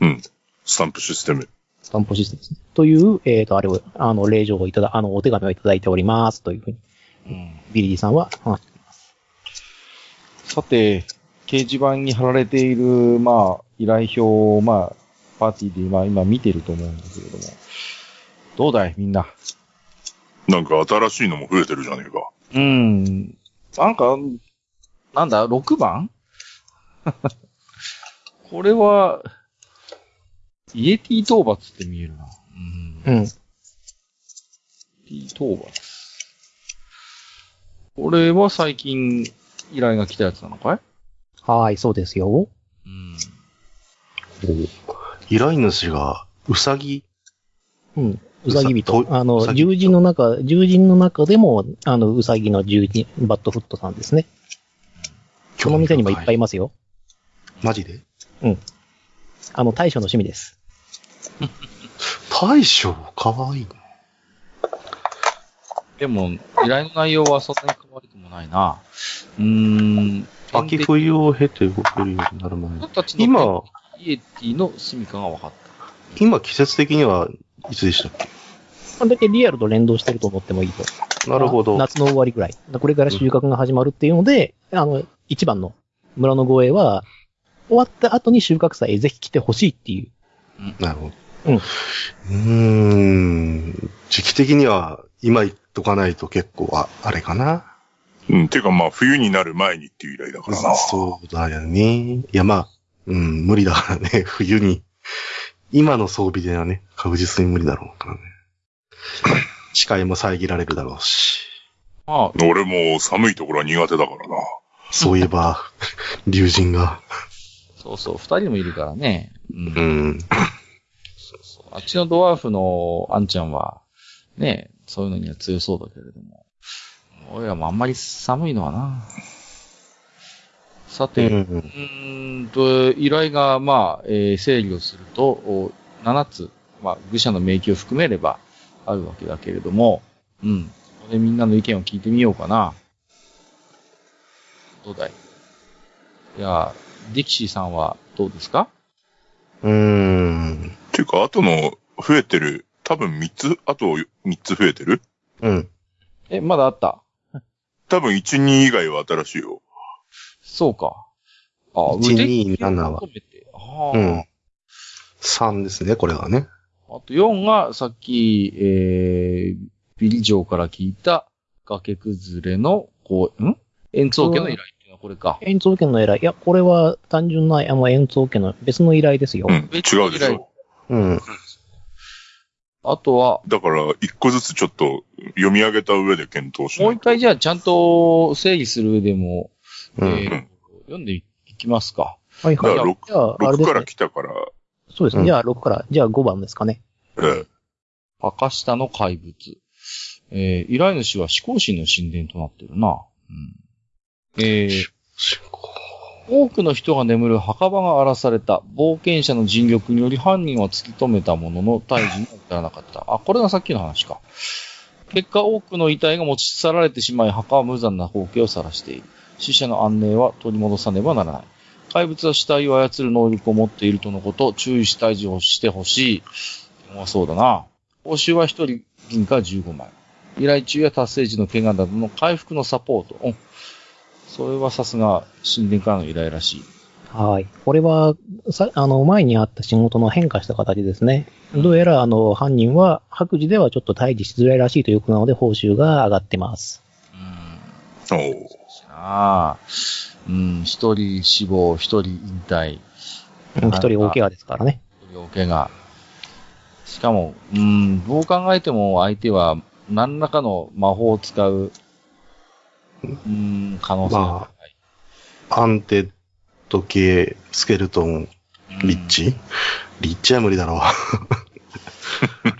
Speaker 5: うん。スタンプシステム。
Speaker 2: スタンプシステムですね。という、えっ、と、あれを、あの、令状をいただ、あの、お手紙をいただいております、というふうに。
Speaker 1: うん、
Speaker 2: ビリーさんは、あ
Speaker 1: さて、掲示板に貼られている、まあ、依頼表を、まあ、パーティーで今、今見てると思うんだけれども。どうだいみんな。
Speaker 5: なんか新しいのも増えてるじゃねえか。
Speaker 1: うん。なんか、なんだ、6番 これは、イエティ討伐って見えるな。うん。イエ
Speaker 2: うん。
Speaker 1: ティ討伐。これは最近依頼が来たやつなのかい
Speaker 2: はーい、そうですよ。
Speaker 1: うん。
Speaker 4: 依頼主が、うさぎ。
Speaker 2: うん。うさぎ
Speaker 4: うさ
Speaker 2: 人。
Speaker 4: と
Speaker 2: あ
Speaker 4: う
Speaker 2: の
Speaker 4: さ、ぎ人
Speaker 2: 獣人の中、獣人の中でも、あの、うさぎの獣人、バッドフットさんですね。この店にもいっぱいいますよ。
Speaker 4: マジで
Speaker 2: あの、大将の趣味です。
Speaker 4: 大将、かわいい。
Speaker 1: でも、依頼の内容はそんなに変わりくもないな。うーん。
Speaker 4: 秋冬を経て動けるようになる前
Speaker 1: 僕
Speaker 4: に。
Speaker 1: たちの
Speaker 4: 今、
Speaker 1: イエティの住処が分かった。
Speaker 4: 今季節的にはいつでしたっ
Speaker 2: まあ、だけリアルと連動してると思ってもいいと。
Speaker 4: けなるほど。
Speaker 2: 夏の終わりぐらい。これから収穫が始まるっていうので、あの、一番の村の護衛は、終わった後に収穫祭へぜひ来てほしいっていう。
Speaker 4: なるほ
Speaker 2: う
Speaker 4: ど。
Speaker 2: ん
Speaker 4: うーん。時期的には今言っとかないと結構あ、あれかな。
Speaker 5: うん。ていうかまあ、冬になる前にっていう依頼だからな。
Speaker 4: そうだよね。いや、まあ、うん、無理だからね、 冬に。今の装備ではね、確実に無理だろうからね。視界も遮られるだろうし。
Speaker 1: まあ、
Speaker 5: 俺も寒いところは苦手だからな。
Speaker 4: そういえば、竜神が。
Speaker 1: そうそう、二人もいるからね。うん
Speaker 4: うん。
Speaker 1: そうあっちのドワーフのあんちゃんは、ね、そういうのには強そうだけれども。俺らもあんまり寒いのはな。さて、う
Speaker 4: うん
Speaker 1: ーんと、依頼が、まあ、えー整理をすると、お7つ、まあ、愚者の迷宮を含めればあるわけだけれども、うん。ここでみんなの意見を聞いてみようかな。どうだいいや、ディキシーさんはどうですか
Speaker 4: うーん。
Speaker 5: ていうか、あとの増えてる、多分3つ、あと3つ増えてる
Speaker 4: うん。
Speaker 1: え、まだあった
Speaker 5: 多分1、2以外は新しいよ。
Speaker 1: そうか。ああ、
Speaker 4: 1 2 7
Speaker 1: 7
Speaker 4: は
Speaker 1: ああ、
Speaker 4: うん。3ですね、これがね。
Speaker 1: あと4が、さっき、えー、ビリジョーから聞いた、崖崩れの、こう、ん円相家の依頼っていうのはこれか。
Speaker 2: 演奏権の依頼。いや、これは単純な、あの、演奏権の別の依頼ですよ。
Speaker 5: うん。違うでしょ。
Speaker 4: うん。
Speaker 1: あとは、
Speaker 5: だから、一個ずつちょっと読み上げた上で検討し
Speaker 1: も
Speaker 5: な
Speaker 1: う
Speaker 5: い
Speaker 1: 一回じゃあちゃんと整理する上でも、
Speaker 4: う
Speaker 1: え
Speaker 4: ん。
Speaker 1: ー読んでいきますか。
Speaker 2: はいはい。
Speaker 5: だから六
Speaker 2: じゃあ、あれ
Speaker 5: 6
Speaker 2: で
Speaker 5: か
Speaker 2: す
Speaker 5: ら
Speaker 2: ね。
Speaker 5: 来たから、
Speaker 2: そうです
Speaker 4: う
Speaker 2: ね。
Speaker 4: ん
Speaker 2: じゃあ、6から。じゃあ、5番ですかね。
Speaker 5: え
Speaker 1: 赤下の怪物。えー、依頼主は思考神の神殿となってるな。うん、えー、多くの人が眠る墓場が荒らされた。冒険者の尽力により犯人は突き止めたものの退治には至らなかった。あ、これがさっきの話か。結果、多くの遺体が持ち去られてしまい、墓は無残な光景を晒している。死者の安寧は取り戻さねばならない。怪物は死体を操る能力を持っているとのこと、注意し退治をしてほしい。うまそうだな。報酬は1人銀貨15枚。依頼中や達成時の怪我などの回復のサポート。うんそれはさすが神殿からの依頼らしい。
Speaker 2: はい。これは、さ、あの、前にあった仕事の変化した形ですね。どうやら、あの、犯人は、白事ではちょっと退治しづらいらしいということなので、報酬が上がってます。
Speaker 1: うん。
Speaker 5: えおう
Speaker 1: しなあうん、一人死亡、一人引退、
Speaker 2: うん一人大怪我ですからね。
Speaker 1: 一人大怪我。しかも、うん、どう考えても相手は何らかの魔法を使う、うん、可能性が
Speaker 4: アンテッド系、スケルトン、
Speaker 1: 高い。
Speaker 4: リッチ、リッチは無理だろ。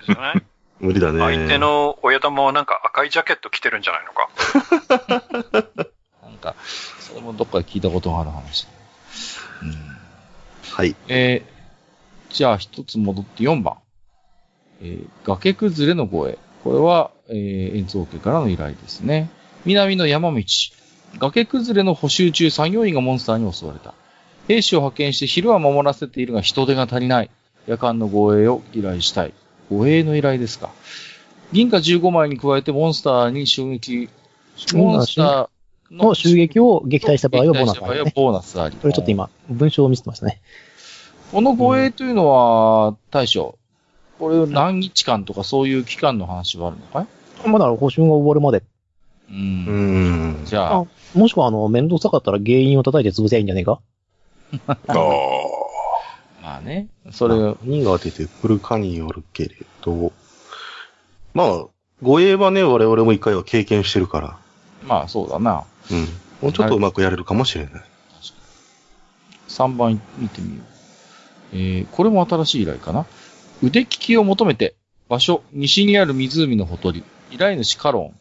Speaker 3: じゃ ないう
Speaker 4: 無理だね。
Speaker 3: 相手の親玉はなんか赤いジャケット着てるんじゃないのか。
Speaker 1: うんなんか、それもどっかで聞いたことがある話。うん
Speaker 4: はい。
Speaker 1: えーじゃあ一つ戻って4番。えー崖崩れの声。これは、えー、遠藤家からの依頼ですね。南の山道。崖崩れの補修中、作業員がモンスターに襲われた。兵士を派遣して昼は守らせているが人手が足りない。夜間の護衛を依頼したい。護衛の依頼ですか。銀貨15枚に加えてモンスターに襲撃、モンスターの
Speaker 2: の襲撃を撃退した場合はボー
Speaker 1: 撃退
Speaker 2: ナス
Speaker 1: した
Speaker 2: が
Speaker 1: 場合
Speaker 2: あ
Speaker 1: は
Speaker 2: るね。
Speaker 1: ボーナスあり。
Speaker 2: それちょっと今、文章を見せてましたね。
Speaker 1: この護衛というのは、大将、これ何日間とかそういう期間の話はあるのかい
Speaker 2: まだ報酬が終わるまで。
Speaker 1: う。
Speaker 4: うんん。
Speaker 1: じゃあ
Speaker 2: あ、もしくは、あの、面倒くさかったら原因を叩いて潰せばいいんじゃねえか
Speaker 5: あ
Speaker 1: まあね、それ、う
Speaker 4: 何が出てくるかによるけれど、まあ、護衛はね、我々も一回は経験してるから、
Speaker 1: まあそうだな。
Speaker 4: うん。もうちょっとうまくやれるかもしれない。
Speaker 1: 3番見てみよう。えー、これも新しい依頼かな。腕利きを求めて、場所、西にある湖のほとり。依頼主カロン。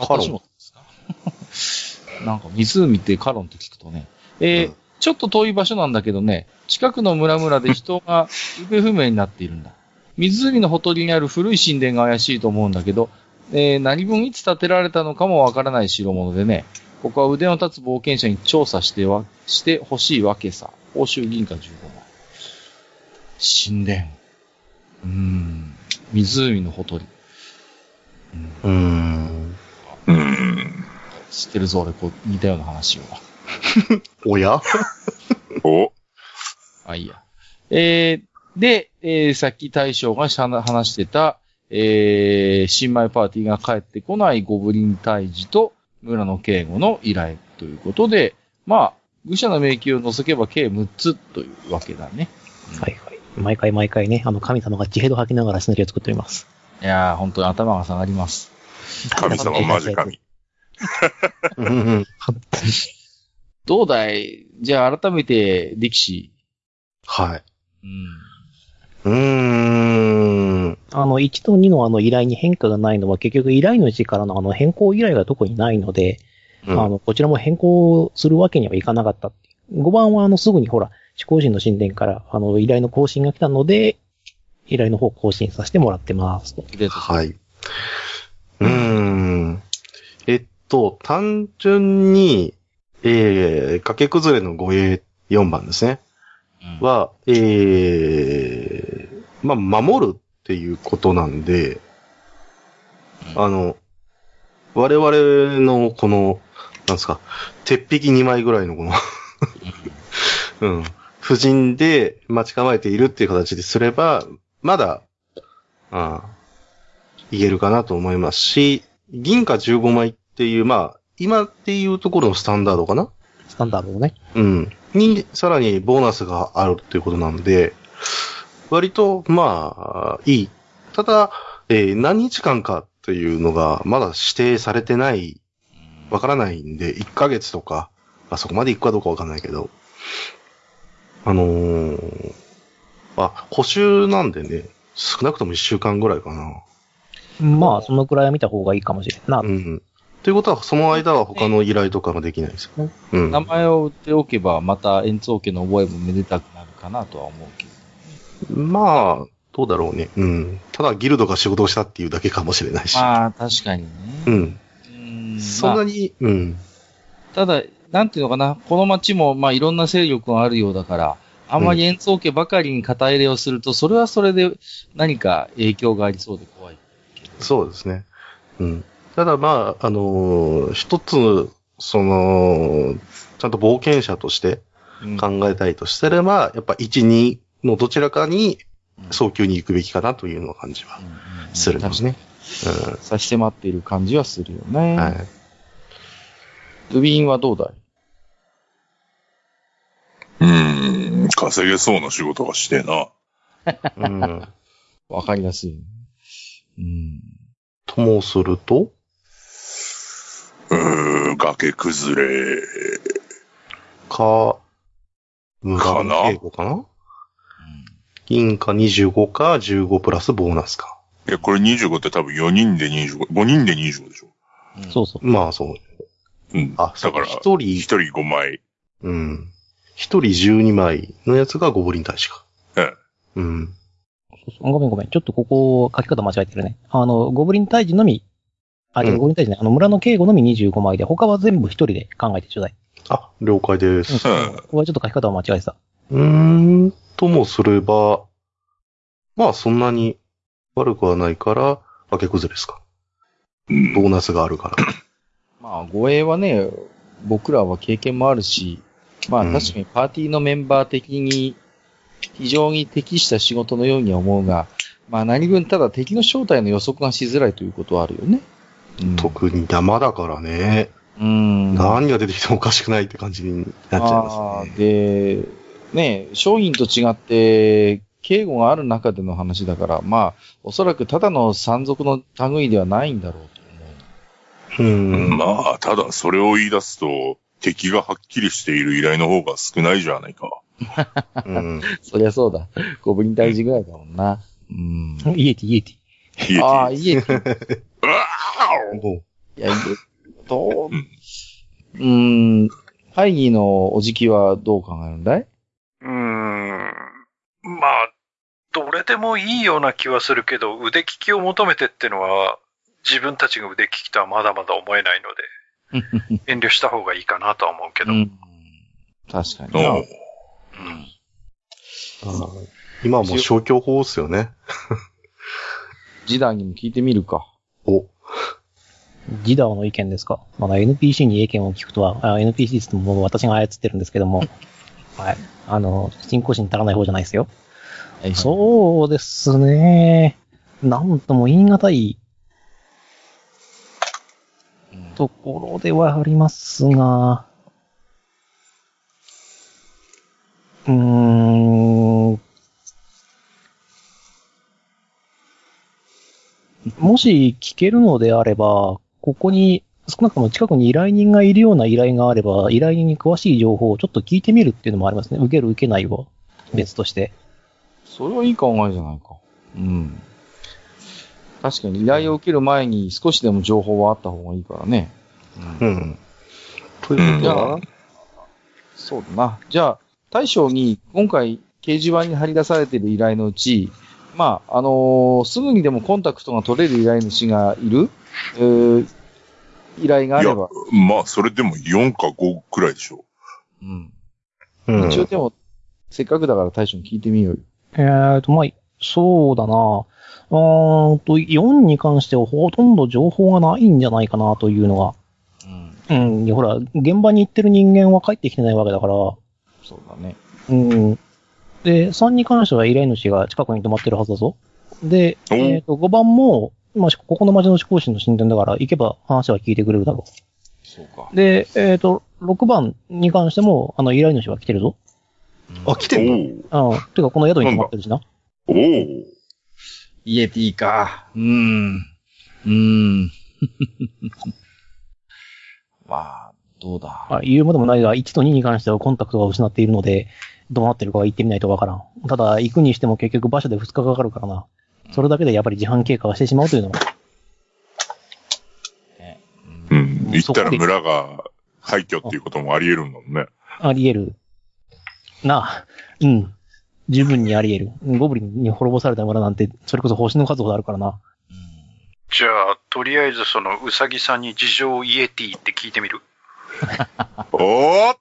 Speaker 4: カロン
Speaker 1: 私もですか なんか湖ってカロンって聞くとね。えー
Speaker 4: うん
Speaker 1: ちょっと遠い場所なんだけどね、近くの村々で人が 行方不明になっているんだ。湖のほとりにある古い神殿が怪しいと思うんだけど、えー何分いつ建てられたのかもわからない代物でね、ここは腕の立つ冒険者に調査しては、してほしいわけさ。報酬銀貨15万。神殿。うーん。湖のほとり。うん
Speaker 5: ーう
Speaker 4: うーん。
Speaker 5: ん。
Speaker 1: 知ってるぞ、俺、こう、似たような話を。
Speaker 4: おや
Speaker 5: お
Speaker 1: あ、いいや。えー、で、えー、さっき大将がしゃな話してた、えー、新米パーティーが帰ってこないゴブリン退治と村の警護の依頼ということで、まあ、愚者の迷宮を除けば計6つというわけだね。
Speaker 2: はいはい。毎回毎回ね、あの、神様が地平道吐きながらシナリオを作っております。
Speaker 1: いやー、本当に頭が下がります。
Speaker 5: 神様マジ神。
Speaker 4: うんうん
Speaker 2: 本当に
Speaker 1: どうだいじゃあ改めて、力士。
Speaker 4: はい。
Speaker 1: うん。
Speaker 4: うーん。
Speaker 2: あの、1と2のあの依頼に変化がないのは、結局依頼主からのあの変更依頼が特にないので、
Speaker 4: うん
Speaker 2: あの、こちらも変更するわけにはいかなかったっていう。5番はあの、すぐにほら、思考人の神殿から、あの、依頼の更新が来たので、依頼の方更新させてもらってますと。
Speaker 1: で、
Speaker 4: はい。うーん。えっと、単純に、えー、崖崩れの護衛4番ですね。
Speaker 1: うん
Speaker 4: は、えー、まあ、守るっていうことなんで、
Speaker 1: うん
Speaker 4: あの、我々のこの、なんですか、鉄壁2枚ぐらいのこのうん。夫人で待ち構えているっていう形ですれば、まだ、ああ、言えるかなと思いますし、銀貨15枚っていう、まあ、今っていうところのスタンダードかな
Speaker 2: スタンダードをね。
Speaker 4: うん。に、さらにボーナスがあるっていうことなんで、割と、まあ、いい。ただ、えー何日間かというのが、まだ指定されてない、わからないんで、1ヶ月とか、まあ、そこまで行くかどうかわかんないけど、あのー、あ、補修なんでね、少なくとも1週間ぐらいかな。
Speaker 2: まあ、そのくらいは見た方がいいかもしれんな
Speaker 4: う。ん。ということは、その間は他の依頼とかもできないですよね。うん。
Speaker 1: 名前を売っておけば、また円長家の覚えもめでたくなるかなとは思うけど。
Speaker 4: まあ、どうだろうね。うん。ただ、ギルドが仕事をしたっていうだけかもしれないし。
Speaker 1: まあ、確かに
Speaker 4: う
Speaker 1: ね。
Speaker 4: ん。
Speaker 1: うん
Speaker 4: そんなに、うん。
Speaker 1: ただ、なんていうのかな、この町も、まあ、いろんな勢力があるようだから、あんまり演奏家ばかりに肩入れをすると、それはそれで何か影響がありそうで怖い。
Speaker 4: そうですね。うん。ただ、まあ、あのー一つ、その、ちゃんと冒険者として
Speaker 1: うん
Speaker 4: 考えたいとしてれば、やっぱ1、2のどちらかに早急に行くべきかなというような感じは
Speaker 1: うんうんうん
Speaker 4: するんですね。
Speaker 1: 確かに差し迫っている感じはするよ
Speaker 4: う
Speaker 1: ね。
Speaker 4: ん。は
Speaker 1: はいい。。ドゥビーンはどうだいう
Speaker 5: ーん、稼げそうな仕事がしてえな。
Speaker 4: うん。
Speaker 1: わかりやすいね、うん。
Speaker 4: ともすると、
Speaker 5: うーん、崖崩れ。
Speaker 4: か、村の稽古かな銀貨25か15プラスボーナスか。
Speaker 5: いや、これ25って多分4人で25、5人で25でしょ。
Speaker 1: うん
Speaker 2: そうそう。
Speaker 4: まあそう。
Speaker 5: うん。
Speaker 4: あ、
Speaker 5: だ
Speaker 4: そう
Speaker 5: から、
Speaker 4: 一
Speaker 5: 1
Speaker 4: 人、
Speaker 5: 人5枚。
Speaker 4: うん。一人12枚のやつがゴブリン大使か。
Speaker 5: え
Speaker 4: うん。
Speaker 2: そうそうごめんごめん。ちょっとここ、書き方間違えてるね。あの、ゴブリン退治のみ、あ、違
Speaker 4: う
Speaker 2: う、
Speaker 4: ん
Speaker 2: ゴブリン退治ね。あの、村の警護のみ25枚で、他は全部一人で考えてちょうだい。
Speaker 4: あ、了解で
Speaker 2: うん
Speaker 4: す。
Speaker 5: うん
Speaker 2: ここはちょっと書き方を間違えてた。
Speaker 4: うーん、ともすれば、まあそんなに悪くはないから、崖崩れですか。
Speaker 5: うん
Speaker 4: ボーナスがあるから。
Speaker 1: まあ、護衛はね、僕らは経験もあるし、まあ
Speaker 4: うん
Speaker 1: 確かにパーティーのメンバー的に非常に適した仕事のようには思うが、まあ何分ただ敵の正体の予測がしづらいということはあるよね。うん、
Speaker 4: 特に山だからね、
Speaker 1: うん。
Speaker 4: 何が出てきてもおかしくないって感じになっちゃいますね。
Speaker 1: で、ねえ、商品と違って、警護がある中での話だから、まあ、おそらくただの山賊の類ではないんだろうと
Speaker 4: う
Speaker 5: うん
Speaker 4: ん。
Speaker 5: まあ、ただそれを言い出すと、敵がはっきりしている依頼の方が少ないじゃないか。
Speaker 4: うん。
Speaker 1: 思う。そりゃそうだ。ゴブリン大事ぐらいだもんな。うん。
Speaker 2: イエティ、イエティ。
Speaker 5: イエティ
Speaker 1: ああ、いえ、
Speaker 4: もう
Speaker 1: いや、いえ、どう、
Speaker 5: うん
Speaker 1: うーん、ハイギーのおじきはどう考えるんだいう
Speaker 3: ーん。まあ、どれでもいいような気はするけど、腕利きを求めてってのは、自分たちが腕利きとはまだまだ思えないので、遠慮した方がいいかなとは思うけど。
Speaker 1: うん確かにな。
Speaker 5: おう
Speaker 3: うん
Speaker 4: あー今はもう消去法ですよね。
Speaker 1: ジダンにも聞いてみるか。
Speaker 4: お、
Speaker 2: ジダオの意見ですか。まあ、NPC に意見を聞くとは、あ NPC ってもう私が操ってるんですけども、はい。あの、信仰心足らない方じゃないですよ。
Speaker 1: はい
Speaker 2: そうですね。なんとも言い難い
Speaker 1: うん
Speaker 2: ところではありますが、うーん。もし聞けるのであれば、ここに、少なくとも近くに依頼人がいるような依頼があれば、依頼人に詳しい情報をちょっと聞いてみるっていうのもありますね。受ける受けないを別として。
Speaker 1: それはいい考えじゃないか。うん。確かに依頼を受ける前に少しでも情報はあった方がいいからね。
Speaker 4: う
Speaker 1: うん
Speaker 4: ん。ということは、
Speaker 1: そうだな。じゃあ、大将に今回掲示板に張り出されている依頼のうち、まあ、あのーすぐにでもコンタクトが取れる依頼主がいる、えー依頼があ
Speaker 5: い
Speaker 1: れ
Speaker 5: や
Speaker 1: ば、、
Speaker 5: まあ、それでも4か5くらいでしょ。
Speaker 1: うん。
Speaker 4: うん
Speaker 1: 一応でも、せっかくだから大将に聞いてみようよ。
Speaker 2: えっ、と、まあ、そうだなうーんと、4に関してはほとんど情報がないんじゃないかなというのが。
Speaker 1: うん。
Speaker 2: うん、いやほら、現場に行ってる人間は帰ってきてないわけだから、
Speaker 1: そうだね。
Speaker 2: うん。で、3に関しては依頼主が近くに泊まってるはずだぞ。で、
Speaker 5: おう
Speaker 2: えっ、と、5番も、まあ、ここの町の講師の進展だから、行けば話は聞いてくれるだろ
Speaker 1: そうか
Speaker 2: う。。で、えっ、と、6番に関しても、あの、依頼主は来てるぞ。
Speaker 4: あ、来
Speaker 5: お
Speaker 4: てんの
Speaker 5: ー
Speaker 2: うん。てか、この宿に泊まってるしな。
Speaker 5: おー
Speaker 1: イエティか。うーん。うーん。 まあ、どうだ。
Speaker 2: あ言うまでもないが、1と2に関してはコンタクトが失っているので、どうなってるかは行ってみないとわからん。ただ、行くにしても結局馬車で2日かかるからな。それだけでやっぱり時間経過はしてしまうというのは。
Speaker 1: ね
Speaker 5: う
Speaker 1: うん
Speaker 5: ん。行ったら村が廃墟っていうこともあり得るんだもんね。
Speaker 2: あり得る。なあ、うん。十分にあり得る。ゴブリンに滅ぼされた村なんて、それこそ星の数ほどあるからな。
Speaker 3: じゃあ、とりあえずそのうさぎさんに事情をイエティって聞いて みる。
Speaker 5: おー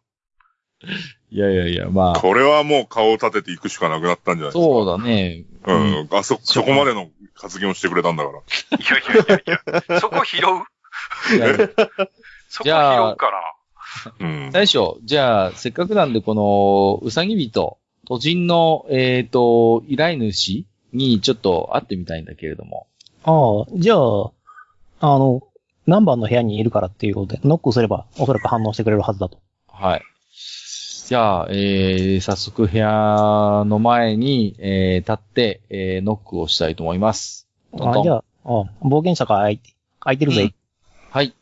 Speaker 1: いやいやいや、まあ、
Speaker 5: これはもう顔を立てていくしかなくなったんじゃないですか。
Speaker 1: そうだね。
Speaker 5: うん。あそ、そこまでの発言をしてくれたんだから。
Speaker 3: いやいやいやいや、そこ拾う
Speaker 1: いやいやじ
Speaker 3: そこ拾
Speaker 1: ゃあ
Speaker 3: うか
Speaker 5: うん。
Speaker 1: 大将、じゃあ、せっかくなんで、この、うさぎ人、都人の、えっ、と、依頼主にちょっと会ってみたいんだけれども。
Speaker 2: ああ、じゃあ、あの、何番の部屋にいるからっていうことで、ノックすれば、おそらく反応してくれるはずだと。
Speaker 1: はい。じゃあ、えー、早速部屋の前に、えー、立って、えー、ノックをしたいと思います。トン
Speaker 2: あ
Speaker 1: ト
Speaker 2: あ
Speaker 1: ン
Speaker 2: じゃあ、ああ冒険者か空いて、空いてるぜ。
Speaker 1: うんはい。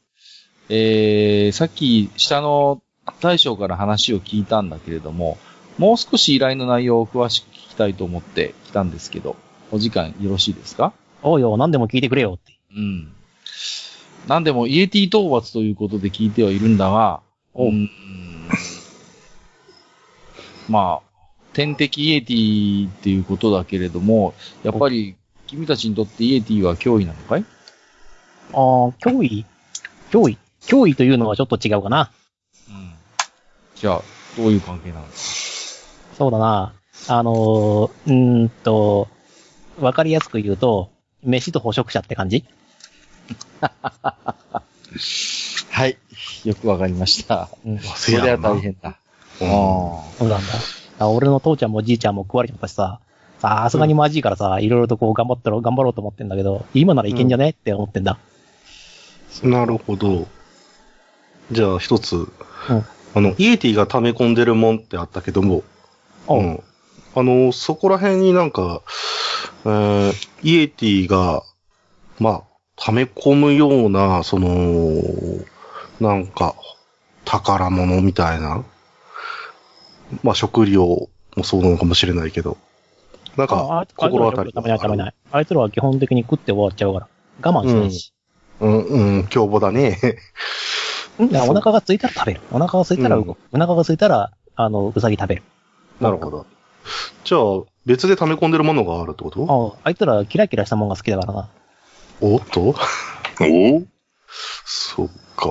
Speaker 1: えー、さっき、下の大将から話を聞いたんだけれども、もう少し依頼の内容を詳しく聞きたいと思って来たんですけど、お時間よろしいですか
Speaker 2: おうよ、何でも聞いてくれよって。
Speaker 1: うん。なんでも、イエティ討伐ということで聞いてはいるんだが、
Speaker 2: お
Speaker 1: うんまあ、天敵イエティっていうことだけれども、やっぱり、君たちにとってイエティは脅威なのかい
Speaker 2: ああ、脅威脅威脅威というのはちょっと違うかな。
Speaker 1: うん。じゃあ、どういう関係なの
Speaker 2: そうだな。あのー、うーんと、わかりやすく言うと、飯と捕食者って感じ
Speaker 1: はい。よくわかりました。
Speaker 2: うん。
Speaker 1: それは大変だ。
Speaker 4: うん
Speaker 1: あ
Speaker 2: そうなんだ。あ俺の父ちゃんもじいちゃんも食われちゃったしさ、さすがにマジいからさ、いろいろとこう頑張ってろ、頑張ろうと思ってんだけど、今ならいけんじゃね、って思ってんだ。
Speaker 4: なるほど。じゃあ一つ、
Speaker 2: ん
Speaker 4: あの、イエティが溜め込んでるもんってあったけども、
Speaker 2: おう
Speaker 4: うんあの、そこら辺になんか、えーイエティが、まあ、溜め込むような、その、なんか、宝物みたいな、まあ、食料もそうなのかもしれないけど、なん
Speaker 2: ああ
Speaker 4: か
Speaker 2: い、つあいつら
Speaker 4: 心
Speaker 2: は
Speaker 4: 当たり
Speaker 2: 食べない食べない。あいつらは基本的に食って終わっちゃうから。我慢しないし。
Speaker 4: うん、うん、凶暴だね。
Speaker 2: うん、だからお腹が空いたら食べる。お腹が空いたら動く。お腹が空いたら、あの、うさぎ食べる。
Speaker 4: なるほど。じゃあ、別で溜め込んでるものがあるってこと
Speaker 2: ああいつらキラキラしたもんが好きだからな。
Speaker 4: おっと
Speaker 5: お ー
Speaker 4: そっか。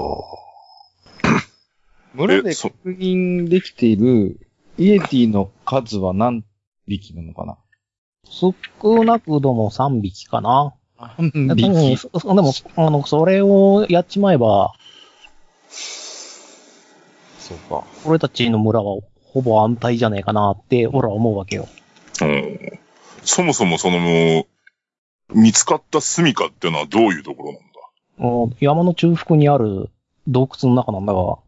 Speaker 1: 村で
Speaker 5: えそ
Speaker 1: 確認できているイエティの数は何匹なのかな
Speaker 2: 少なくとも3匹かな。
Speaker 1: 何
Speaker 2: でも、そでも、あの、それをやっちまえば、
Speaker 1: そうか。
Speaker 2: 俺たちの村はほぼ安泰じゃねえかなって、俺は思うわけよ。
Speaker 5: うんそもそもその、見つかった住処っていうのはどういうところなんだ
Speaker 2: うん山の中腹にある洞窟の中なんだが、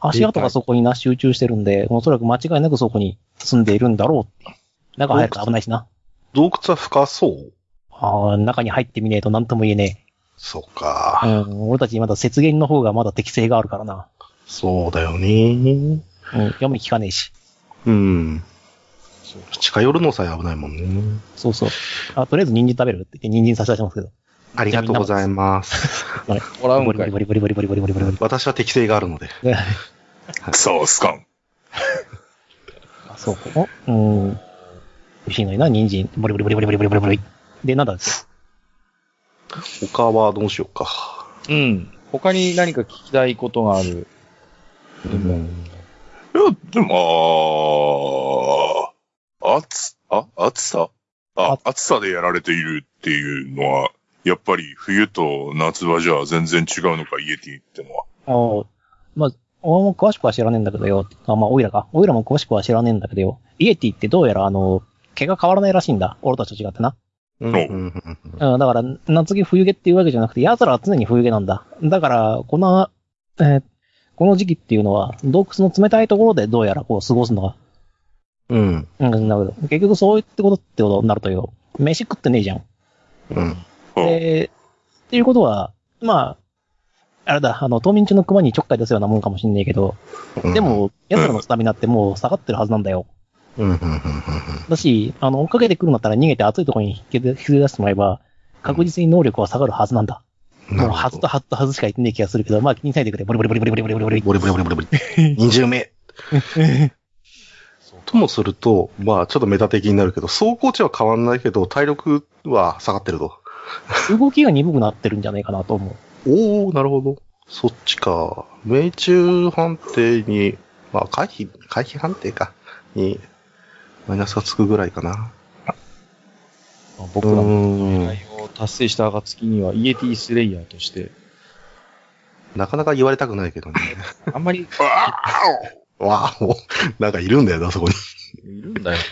Speaker 2: 足跡がそこにな集中してるんで、おそらく間違いなくそこに住んでいるんだろうって。中入ると危ないしな。
Speaker 4: 洞窟は深そう
Speaker 2: ああ、中に入ってみねえと何とも言えね
Speaker 4: そっ
Speaker 2: え。
Speaker 4: か。
Speaker 2: うん、俺たちまだ雪原の方がまだ適性があるからな。
Speaker 4: そうだよね。
Speaker 2: うん、読み聞かねえし。
Speaker 4: うん。近寄るのさえ危ないもんね。
Speaker 2: そうそう。あ、とりあえず人参食べるって言って人参差し出しますけど。
Speaker 4: ありがとうございます。
Speaker 1: もらうん
Speaker 2: ボリボ
Speaker 1: か
Speaker 2: リ
Speaker 1: い
Speaker 2: ボ。リボリボリボリボリボリボリボリ。
Speaker 4: 私は適性があるので。
Speaker 5: そうすかん。
Speaker 2: あそうかも。うん。美味しいのにな、人参。ボリボリボリボリボリボリボリボリ。で、なんだっけ
Speaker 4: 他はどうしようか。
Speaker 1: うん。他に何か聞きたいことがある。
Speaker 4: うん。
Speaker 5: いや、でも、あー、暑、あ、暑さあ、暑さでやられているっていうのは、やっぱり冬と夏場じゃ全然違うのか、イエティってのは。
Speaker 2: ああ。まあ、俺も詳しくは知らねえんだけどよ。あまあ、オイラか。オイラも詳しくは知らねえんだけどよ。イエティってどうやら、あの、毛が変わらないらしいんだ。俺たちと違ってな。
Speaker 4: うん
Speaker 5: お
Speaker 4: うんうん
Speaker 2: うん、だから、夏着冬毛っていうわけじゃなくて、奴らは常に冬毛なんだ。だから、この、えーこの時期っていうのは、洞窟の冷たいところでどうやらこう過ごすのが、
Speaker 4: うん。
Speaker 2: うん、なるほど。結局そういってことってことになるとよ。飯食ってねえじゃん。
Speaker 4: うん。
Speaker 5: うん
Speaker 2: で、っていうことは、まあ、あれだ、あの、冬眠中の熊にちょっかい出すようなもんかもしんねえけど、
Speaker 4: うん
Speaker 2: で、も、奴らのスタミナってもう下がってるはずなんだよ。
Speaker 4: うん。うん。
Speaker 2: だし、あの、追っかけてくるんだったら逃げて暑いところに引き出引き出してもらえば、確実に能力は下がるはずなんだ。
Speaker 4: うん
Speaker 2: もう、はずとはずとはずしか言ってねえ気がするけど、まあ気にしないでくれ。ボリボリボリボリボリボリボリボ
Speaker 4: ボ
Speaker 2: リ。
Speaker 4: リボリボリボリボリ。20名。 ともすると、まあ、ちょっとメタ的になるけど、走行値は変わんないけど、体力は下がってると。
Speaker 2: 動きが鈍くなってるんじゃないかなと思う。
Speaker 4: おー、なるほど。そっちか。命中判定に、まあ、回避、回避判定か。に、マイナスがつくぐらいかな。
Speaker 1: 僕
Speaker 4: う
Speaker 1: らの
Speaker 4: ーん。
Speaker 1: 狙いを達成した暁には、イエティスレイヤーとして、
Speaker 4: なかなか言われたくないけどね。
Speaker 1: あんまり
Speaker 4: わあ、もう、なんかいるんだよな、そこに。
Speaker 1: いるんだよね。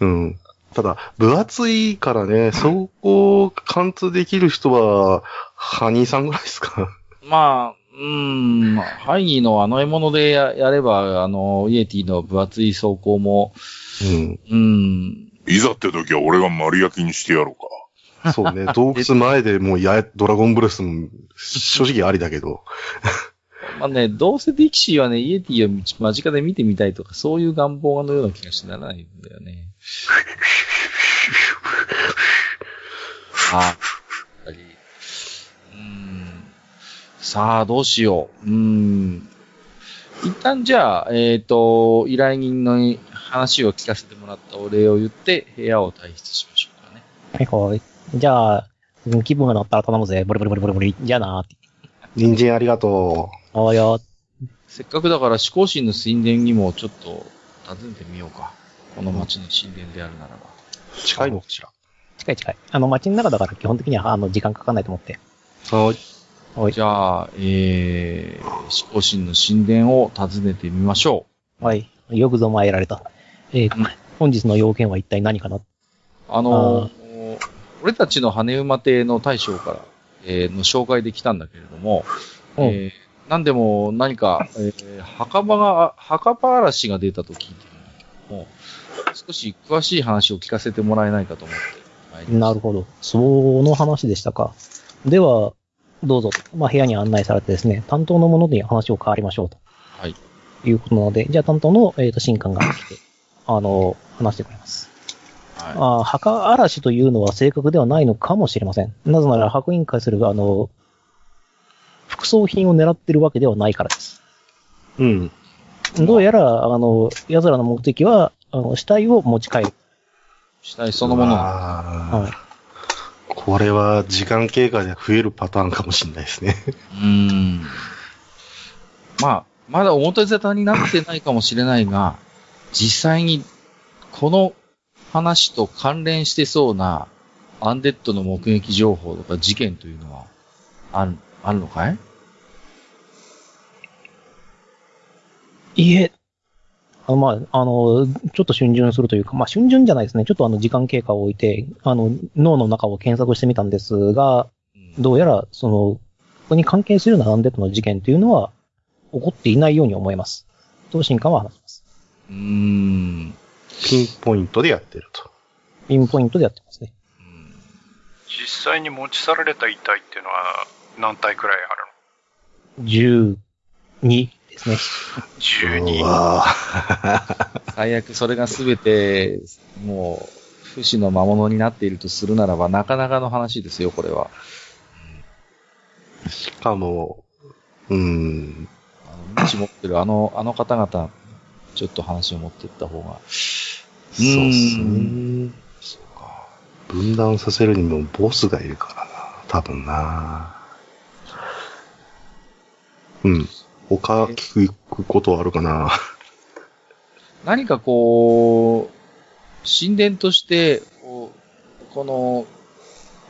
Speaker 4: うん。ただ、分厚いからね、 走行貫通できる人は、ハニーさんぐらいですか。
Speaker 1: まあ、うーん、ハイニーのあの獲物でややれば、あの、イエティの分厚い装甲も、
Speaker 4: うん。
Speaker 1: うーん、
Speaker 5: いざって時は俺が丸焼きにしてやろう
Speaker 4: そう ね、洞窟前でもうや、ドラゴンブレスも、正直ありだけど。
Speaker 1: まあね、どうせディキシーはね、イエティを間近で見てみたいとか、そういう願望のような気がしてならないんだよね。あ、やっぱり。うーん。さあ、どうしよう。うーん。一旦じゃあ、えっ、と、依頼人の話を聞かせてもらったお礼を言って、部屋を退出しましょうかね。
Speaker 2: はい、はい。じゃあ、うん気分が乗ったら頼むぜ。ボリボリボリボリボリ。じゃあなーって。
Speaker 4: 人参ありがと
Speaker 2: おーよー。
Speaker 1: せっかくだから、思考神の神殿にもちょっと訪ねてみようか。この町の神殿であるならば。
Speaker 4: う。近いのかしら。
Speaker 2: 近い近い。あの、街の中だから基本的には、あの、時間かかんないと思って。
Speaker 4: はい。
Speaker 2: はい
Speaker 1: じゃあ、えー、思考神の神殿を訪ねてみましょ
Speaker 2: はい。よくぞ参られた。えー
Speaker 1: うん
Speaker 2: 本日の要件は一体何かな
Speaker 1: う。あのー俺たちの羽馬亭の大将から、えーの紹介で来たんだけれども、
Speaker 2: うん
Speaker 1: えーなんでも何か、えー墓場が、墓場嵐が出たと聞いてるんだけども、少し詳しい話を聞かせてもらえないかと思って参りました。
Speaker 2: なるほど。その話でしたか。では、どうぞ、まあ、部屋に案内されてですね、担当の者に話を変わりましょうと。
Speaker 1: はい。
Speaker 2: いうことなので、じゃあ担当の、えー、と新官が来て、あの、話してくれます。
Speaker 1: はい
Speaker 2: あー墓嵐というのは正確ではないのかもしれません。なぜなら、白銀会する、あの、副葬品を狙ってるわけではないからです。
Speaker 4: うん。
Speaker 2: どうやら、あの、奴らの目的は、あの、死体を持ち帰る。
Speaker 1: 死体そのものが
Speaker 4: は。
Speaker 2: はい
Speaker 4: これは時間経過で増えるパターンかもしれないですね。
Speaker 1: うーんまあ、まだ表沙汰になってないかもしれないが、実際にこの話と関連してそうなアンデッドの目撃情報とか事件というのはある、あるのかい
Speaker 2: いえ。あの、まあ、あの、ちょっと瞬巡するというか、まあ、瞬巡じゃないですね。ちょっとあの、時間経過を置いて、あの、脳の中を検索してみたんですが、どうやら、その、ここに関係するようなアンデッドの事件というのは、起こっていないように思います。と、新官は話します。
Speaker 1: うーん。
Speaker 4: ピンポイントでやってると。
Speaker 2: ピンポイントでやってますね。
Speaker 1: うん
Speaker 3: 実際に持ち去られた遺体っていうのは何体くらいあ
Speaker 2: 12ですね。
Speaker 3: るの ?12。
Speaker 4: わ
Speaker 1: 最悪それが全て、もう、不死の魔物になっているとするならば、なかなかの話ですよ、これは。
Speaker 4: ぁ。しかも、うん。
Speaker 1: あの、無知持ってるあの、あの方々、ちょっと話を持っていった方が。
Speaker 4: そうっすね。
Speaker 1: そうか。
Speaker 4: 分断させるにもボスがいるからな。多分な。うん。他聞くことはあるかな。
Speaker 1: 何かこう、神殿として、こうこの、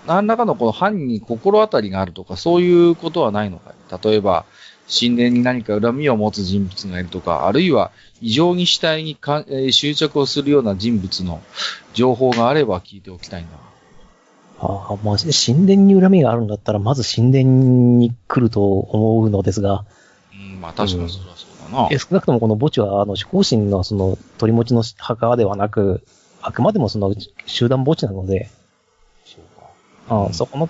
Speaker 1: 何らかのこの犯人に心当たりがあるとか、そういうことはないのかい例えば、神殿に何か恨みを持つ人物がいるとか、あるいは異常に死体にか、えー執着をするような人物の情報があれば聞いておきたいんだ。
Speaker 2: ああ、まあ、神殿に恨みがあるんだったら、まず神殿に来ると思うのですが、
Speaker 1: うん、まあ確かにそれはそうだな。
Speaker 2: え少なくともこの墓地は、あの、思考神のその、取り持ちの墓ではなく、あくまでもその、集団墓地なので、
Speaker 1: そうか。
Speaker 2: あそこの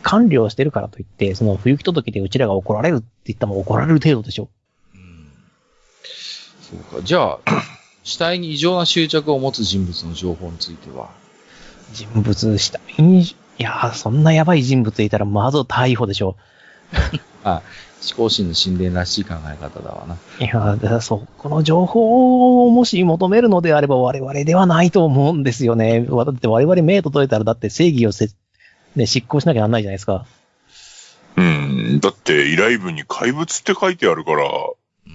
Speaker 2: 管理をしてるからといって、その不行き届きでうちらが怒られるって言ったら怒られる程度でしょ。
Speaker 1: うん。そうか。じゃあ、死体に異常な執着を持つ人物の情報については、
Speaker 2: 人物したい。いやー、そんなやばい人物いたらまず逮捕でしょ。
Speaker 1: 思考心の神殿らしい考え方だわな。
Speaker 2: いやー、だそこの情報をもし求めるのであれば我々ではないと思うんですよね。わだって我々目届いたらだって正義をせ、ね、執行しなきゃなんないじゃないですか。
Speaker 5: うん。だって、依頼文に怪物って書いてあるから、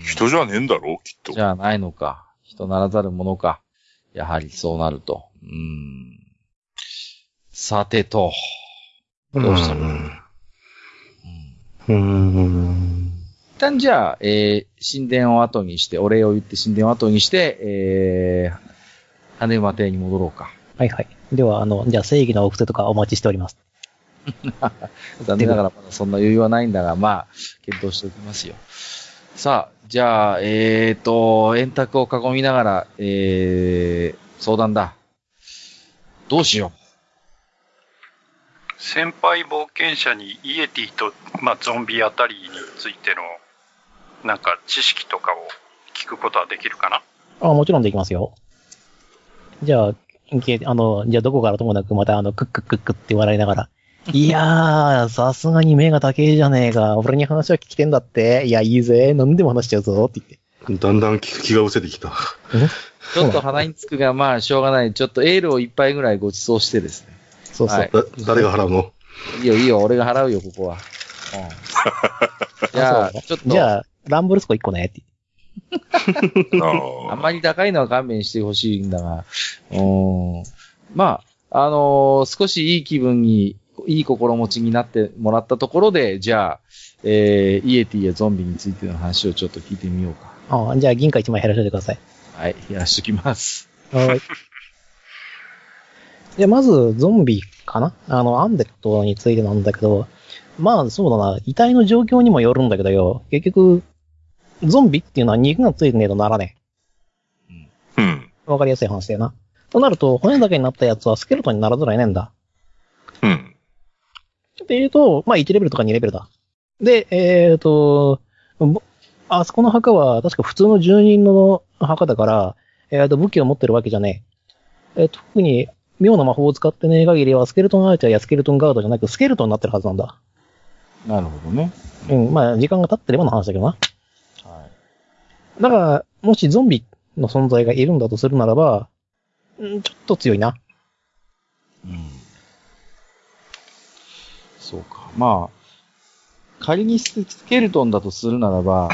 Speaker 5: 人じゃねえんだろう、きっと
Speaker 1: じ。ゃあないのか。人ならざるものか。やはりそうなると。うーん。さてと。どうしたの
Speaker 4: ん
Speaker 1: うん
Speaker 4: うん。
Speaker 1: 一旦じゃあ、えー、神殿を後にして、お礼を言って神殿を後にして、えー、羽馬邸に戻ろうか。
Speaker 2: はいはい。では、あの、じゃあ正義の奥手とかお待ちしております。
Speaker 1: 残念ながらまだそんな余裕はないんだが、まあ、検討しておきますよ。さあ、じゃあ、えーと、円卓を囲みながら、えー、相談だ。どうしよ
Speaker 3: 先輩冒険者にイエティと、まあ、ゾンビあたりについての、なんか知識とかを聞くことはできるかな
Speaker 2: あもちろんできますよ。じゃあ、けあの、じゃあどこからともなくまたあの、クックックックって笑いな がら。いやー、さすがに目が高えじゃねえか。俺に話は聞きてんだって。いや、いいぜ。何でも話しちゃうぞ。って言って。
Speaker 4: だんだん聞く気が失せてきた。
Speaker 1: う。ちょっと鼻につく が、まあ、しょうがない。ちょっとエールを一杯ぐらいご馳走してですね。
Speaker 2: そうそう。
Speaker 1: はい
Speaker 4: だ誰が払うの
Speaker 1: いいよ、いいよ、俺が払うよ、ここは。 うん。じゃあ、
Speaker 2: そう
Speaker 1: ちょっと、
Speaker 2: じゃあ、ランブルスコ1個ね。って言って
Speaker 1: あ
Speaker 5: あ
Speaker 1: ん
Speaker 5: ー
Speaker 1: まり高いのは勘弁してほしいんだが、うーん。まあ、あのー少しいい気分に、いい心持ちになってもらったところで、じゃあ、えー、イエティやゾンビについての話をちょっと聞いてみようか。
Speaker 2: ああじゃあ、銀貨1枚減らしててください。
Speaker 1: はい、やらしときます。
Speaker 2: はい。 で、まず、ゾンビかなあの、アンデッドについてなんだけど、まあ、そうだな、遺体の状況にもよるんだけどよ、結局、ゾンビっていうのは肉がついてねえとならね
Speaker 5: うん。
Speaker 2: え。わかりやすい話だよな。となると、骨だけになったやつはスケルトンにならざるを得ないんだ。
Speaker 5: うん。
Speaker 2: っていうと、まあ、1レベルとか2レベルだ。で、えっ、と、ぼあそこの墓は、確か普通の住人の墓だから、えっ、と、武器を持ってるわけじゃねえ。えー特に、妙な魔法を使ってねえ限りは、スケルトンアーチャーやスケルトンガードじゃなく、スケルトンになってるはずなんだ。
Speaker 1: なるほどね。
Speaker 2: うん、まあ、時間が経ってればの話だけどな。
Speaker 1: は
Speaker 2: だから、もしゾンビの存在がいるんだとするならば、んちょっと強いな。
Speaker 1: い。うん。そうか。まあ、仮にススケルトンだとするならば、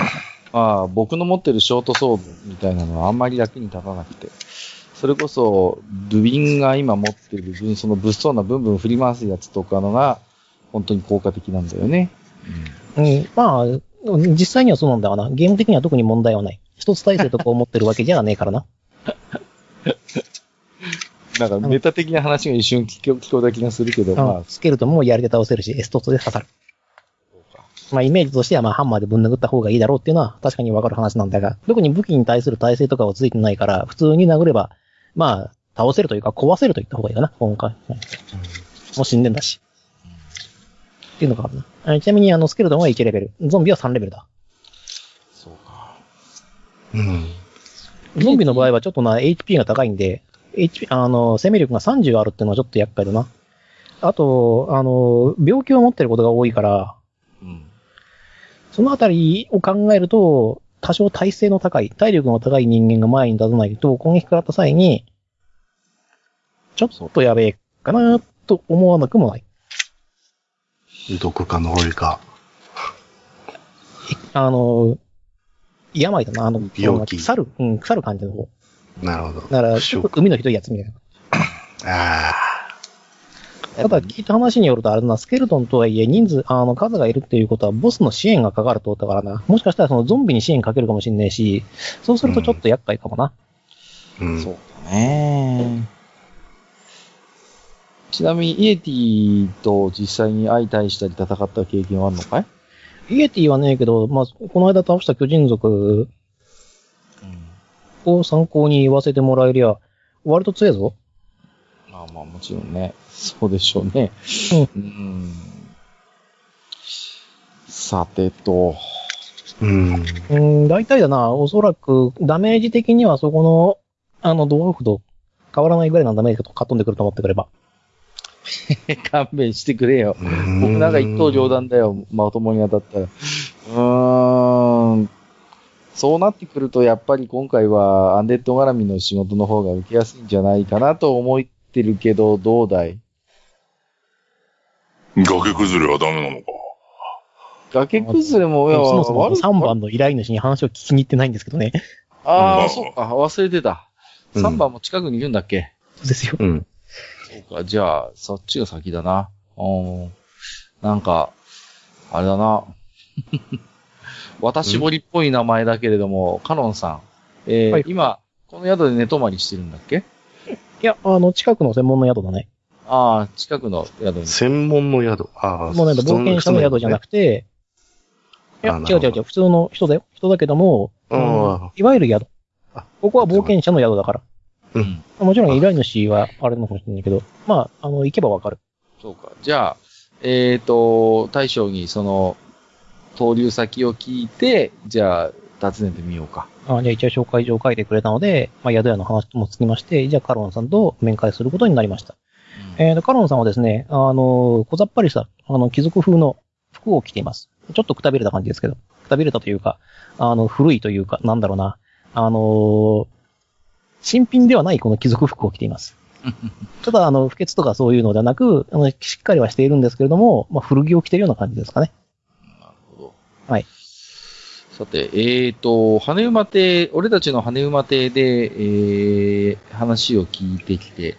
Speaker 1: まあ、僕の持ってるショートソードみたいなのはあんまり役に立たなくて。それこそ、ルビンが今持ってる分、その物騒なブンブン振り回すやつとかのが、本当に効果的なんだよね。
Speaker 2: うん、まあ、実際にはそうなんだわな。ゲーム的には特に問題はない。一つ体制とかを持ってるわけじゃねえからな。
Speaker 1: なんか、ネタ的な話が一瞬聞こ聞こえた気がするけど、ま
Speaker 2: うん
Speaker 1: あ、
Speaker 2: スケルトンもやりで倒せるし、エストツで刺さる。まあ、イメージとしては、まあ、ハンマーでぶん殴った方がいいだろうっていうのは確かにわかる話なんだが、特に武器に対する耐性とかはついてないから、普通に殴れば、まあ、倒せるというか、壊せると言った方がいいかな、今回。もう死んでんだし。っていうのがあるな。あちなみに、あの、スケルトンは1レベル。ゾンビは3レベルだ。
Speaker 1: そうか。
Speaker 4: うん。
Speaker 2: ゾンビの場合はちょっとな、HP が高いんで、HP、あの、生命力が30あるっていうのはちょっと厄介だな。あと、あの、病気を持ってることが多いから、
Speaker 1: うん。
Speaker 2: そのあたりを考えると、多少耐性の高い、体力の高い人間が前に立たないと、攻撃食らった際に、ちょっとやべえかなと思わなくもない。
Speaker 4: どこかの俺か。
Speaker 2: あの、病だな、あの、
Speaker 4: 病気
Speaker 2: 腐る、うん、腐る感じの方。
Speaker 4: なるほど。
Speaker 2: だから、
Speaker 4: 不
Speaker 2: ちょ
Speaker 4: 祥
Speaker 2: っと海のひどいやつみたいな。
Speaker 4: ああ。
Speaker 2: ただ聞いた話によると、あれだな、スケルトンとはいえ、人数、あの、数がいるっていうことは、ボスの支援がかかるとだからな。もしかしたら、そのゾンビに支援かけるかもしんないし、そうするとちょっと厄介かもな。
Speaker 4: うん
Speaker 1: そうだね。ちなみに、イエティと実際に相対したり戦った経験はあるのかい
Speaker 2: イエティはねえけど、まあ、この間倒した巨人族を参考に言わせてもらえりゃ、割と強えぞ。
Speaker 1: まあまあ、もちろんね。そうでしょうね。うん。さてと、
Speaker 4: うん。
Speaker 2: うん、大体だな。おそらく、ダメージ的にはそこの、あの、ドワーフと変わらないぐらいのダメージがかっ飛んでくると思ってくれば。
Speaker 1: 勘弁してくれよ。
Speaker 4: うん
Speaker 1: 僕なんか一刀両断だよ。まともに当たったら。うーん。そうなってくると、やっぱり今回はアンデッド絡みの仕事の方が受けやすいんじゃないかなと思ってるけど、どうだい
Speaker 5: 崖崩れはダメなのか。
Speaker 1: 崖崩れも、いや
Speaker 2: そもそも
Speaker 1: 悪く
Speaker 2: 3番の依頼主に話を聞きに行ってないんですけどね。
Speaker 1: あ
Speaker 5: う
Speaker 1: あ、
Speaker 5: ん
Speaker 1: そうか、忘れてた。
Speaker 4: うん
Speaker 1: 3番も近くにいるんだっけ、
Speaker 2: そうですよ。
Speaker 4: うん。
Speaker 1: そうか、じゃあ、そっちが先だな。うん。なんか、あれだな。 私ぼりっぽい名前だけれども、カノンさん。えー
Speaker 2: はい
Speaker 1: 今、この宿で寝泊まりしてるんだっけ
Speaker 2: いや、あの、近くの専門の宿だね。
Speaker 1: ああ、近くの宿に。
Speaker 4: 専門の宿。ああ、
Speaker 2: もうなんだ、冒険者の宿じゃな
Speaker 4: く
Speaker 2: くて、いや、
Speaker 4: あ
Speaker 2: 違う違う
Speaker 4: なるほ
Speaker 2: 違
Speaker 4: ど
Speaker 2: う、普通の人だよ。人だけども、
Speaker 4: ああ
Speaker 2: いわゆる宿
Speaker 4: あ。
Speaker 2: ここは冒険者の宿だから。
Speaker 1: うん。
Speaker 2: もちろん依頼主はあれなのかもしれないけど、まあ、あの、行けばわかる。
Speaker 1: そうか。じゃあ、えっ、と、大将にその、投留先を聞いて、じゃあ、訪ねてみようか。
Speaker 2: あじゃあ一応紹介状を書いてくれたので、まあ、宿屋の話もつきまして、じゃあカロンさんと面会することになりました。えーと、カロンさんはですね、あの、小ざっぱりした、あの、貴族風の服を着ています。ちょっとくたびれた感じですけど、くたびれたというか、あの、古いというか、なんだろうな、あの、新品ではないこの貴族服を着ています。ただ、あの、不潔とかそういうのではなく、あの、しっかりはしているんですけれども、まあ、古着を着ているような感じですかね。
Speaker 1: なるほど。
Speaker 2: はい。
Speaker 1: さて、えーと、羽馬亭、俺たちの羽馬亭で、えー、話を聞いてきて、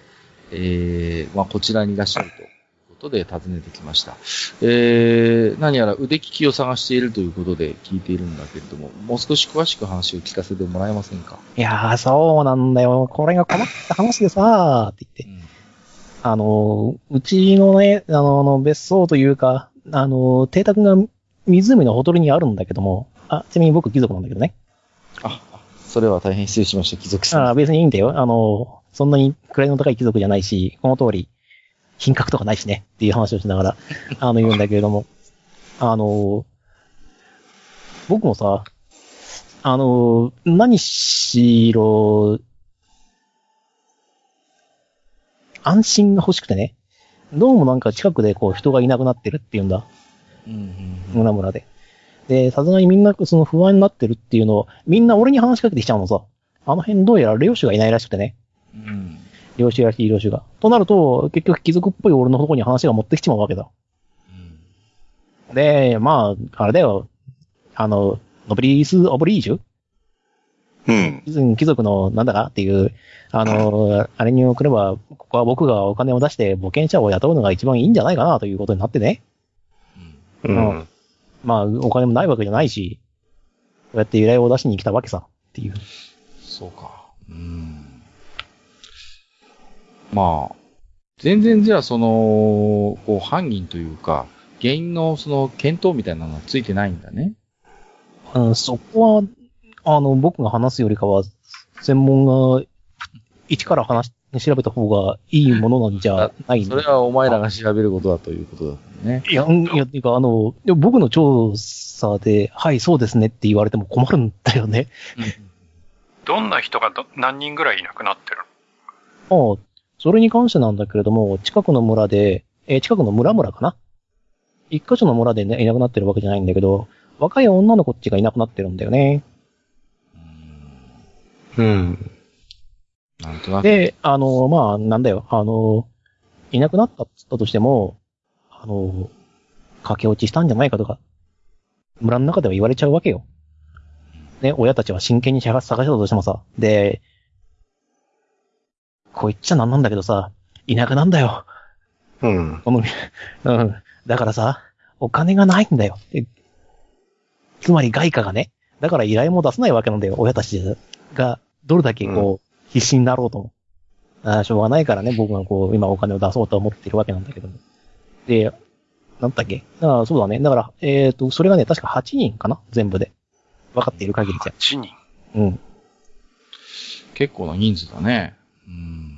Speaker 1: えー、まあ、こちらにいらっしゃるということで訪ねてきました。えー、何やら腕利きを探しているということで聞いているんだけれども、もう少し詳しく話を聞かせてもらえませんか、
Speaker 2: いやー、そうなんだよ。これが困った話でさー、って言って。あの、うちのね、あの、あの別荘というか、あの、邸宅が湖のほとりにあるんだけども、あ、ちなみに僕貴族なんだけどね。
Speaker 1: あ、あそれは大変失礼しました、貴族さん。
Speaker 2: あ別にいいんだよ。あの、そんなに位の高い貴族じゃないし、この通り、品格とかないしね、っていう話をしながら、あの、言うんだけれども、あの、僕もさ、あの、何しろ、安心が欲しくてね、どうもなんか近くでこう人がいなくなってるっていうんだ。
Speaker 1: うんうんうん
Speaker 2: 村々で。で、さすがにみんなその不安になってるっていうのを、みんな俺に話しかけてきちゃうのさ。あの辺どうやら領主がいないらしくてね。
Speaker 1: うん
Speaker 2: 領主らしい領主が。となると、結局貴族っぽい俺のとこに話が持ってきちまうわけだ。
Speaker 1: うん
Speaker 2: で、まあ、あれだよ。あの、ノブリース・オブリージュ
Speaker 5: うん。
Speaker 2: 貴族のなんだかっていう、あの、あれに送れば、ここは僕がお金を出して冒険者を雇うのが一番いいんじゃないかなということになってね。
Speaker 4: どね。うん。
Speaker 2: まあ、お金もないわけじゃないし、こうやって依頼を出しに来たわけさ。っていう。
Speaker 1: そうか。うん。まあ、全然じゃあその、こう犯人というか、原因のその検討みたいなのはついてないんだね。
Speaker 2: うん、そこは、あの、僕が話すよりかは、専門が、一から話し、調べた方がいいものなんじゃない
Speaker 1: それはお前らが調べることだということだね。
Speaker 2: いや、うんいや、っていうか、あの、でも僕の調査で、はい、そうですねって言われても困るんだよね。
Speaker 3: どんな人がど何人ぐらいいなくなってる
Speaker 2: ああ、それに関してなんだけれども、近くの村で、えー近くの村々かな一箇所の村でね、いなくなってるわけじゃないんだけど、若い女の子っちがいなくなってるんだよね。
Speaker 4: うん。
Speaker 1: なんとなく。
Speaker 2: で、あの、まあ、なんだよ、あの、いなくなったっつったとしても、あの、駆け落ちしたんじゃないかとか、村の中では言われちゃうわけよ。ね、親たちは真剣に探探してたとしてもさ、で、こう言っちゃなんなんだけどさ、いなくなんだよ。
Speaker 4: うん。
Speaker 2: この、うん。だからさ、お金がないんだよ。えつまり外貨がね、だから依頼も出せないわけなんだよ、親たちが、どれだけこう、必死になろうとも。ああ、しょうがないからね、僕がこう、今お金を出そうと思ってるわけなんだけども。で、なんだっけああ、そうだね。だから、えっ、と、それがね、確か8人かな全部で。分かっている限りじゃ。
Speaker 3: 8人。
Speaker 2: うん。
Speaker 1: 結構な人数だね。うん。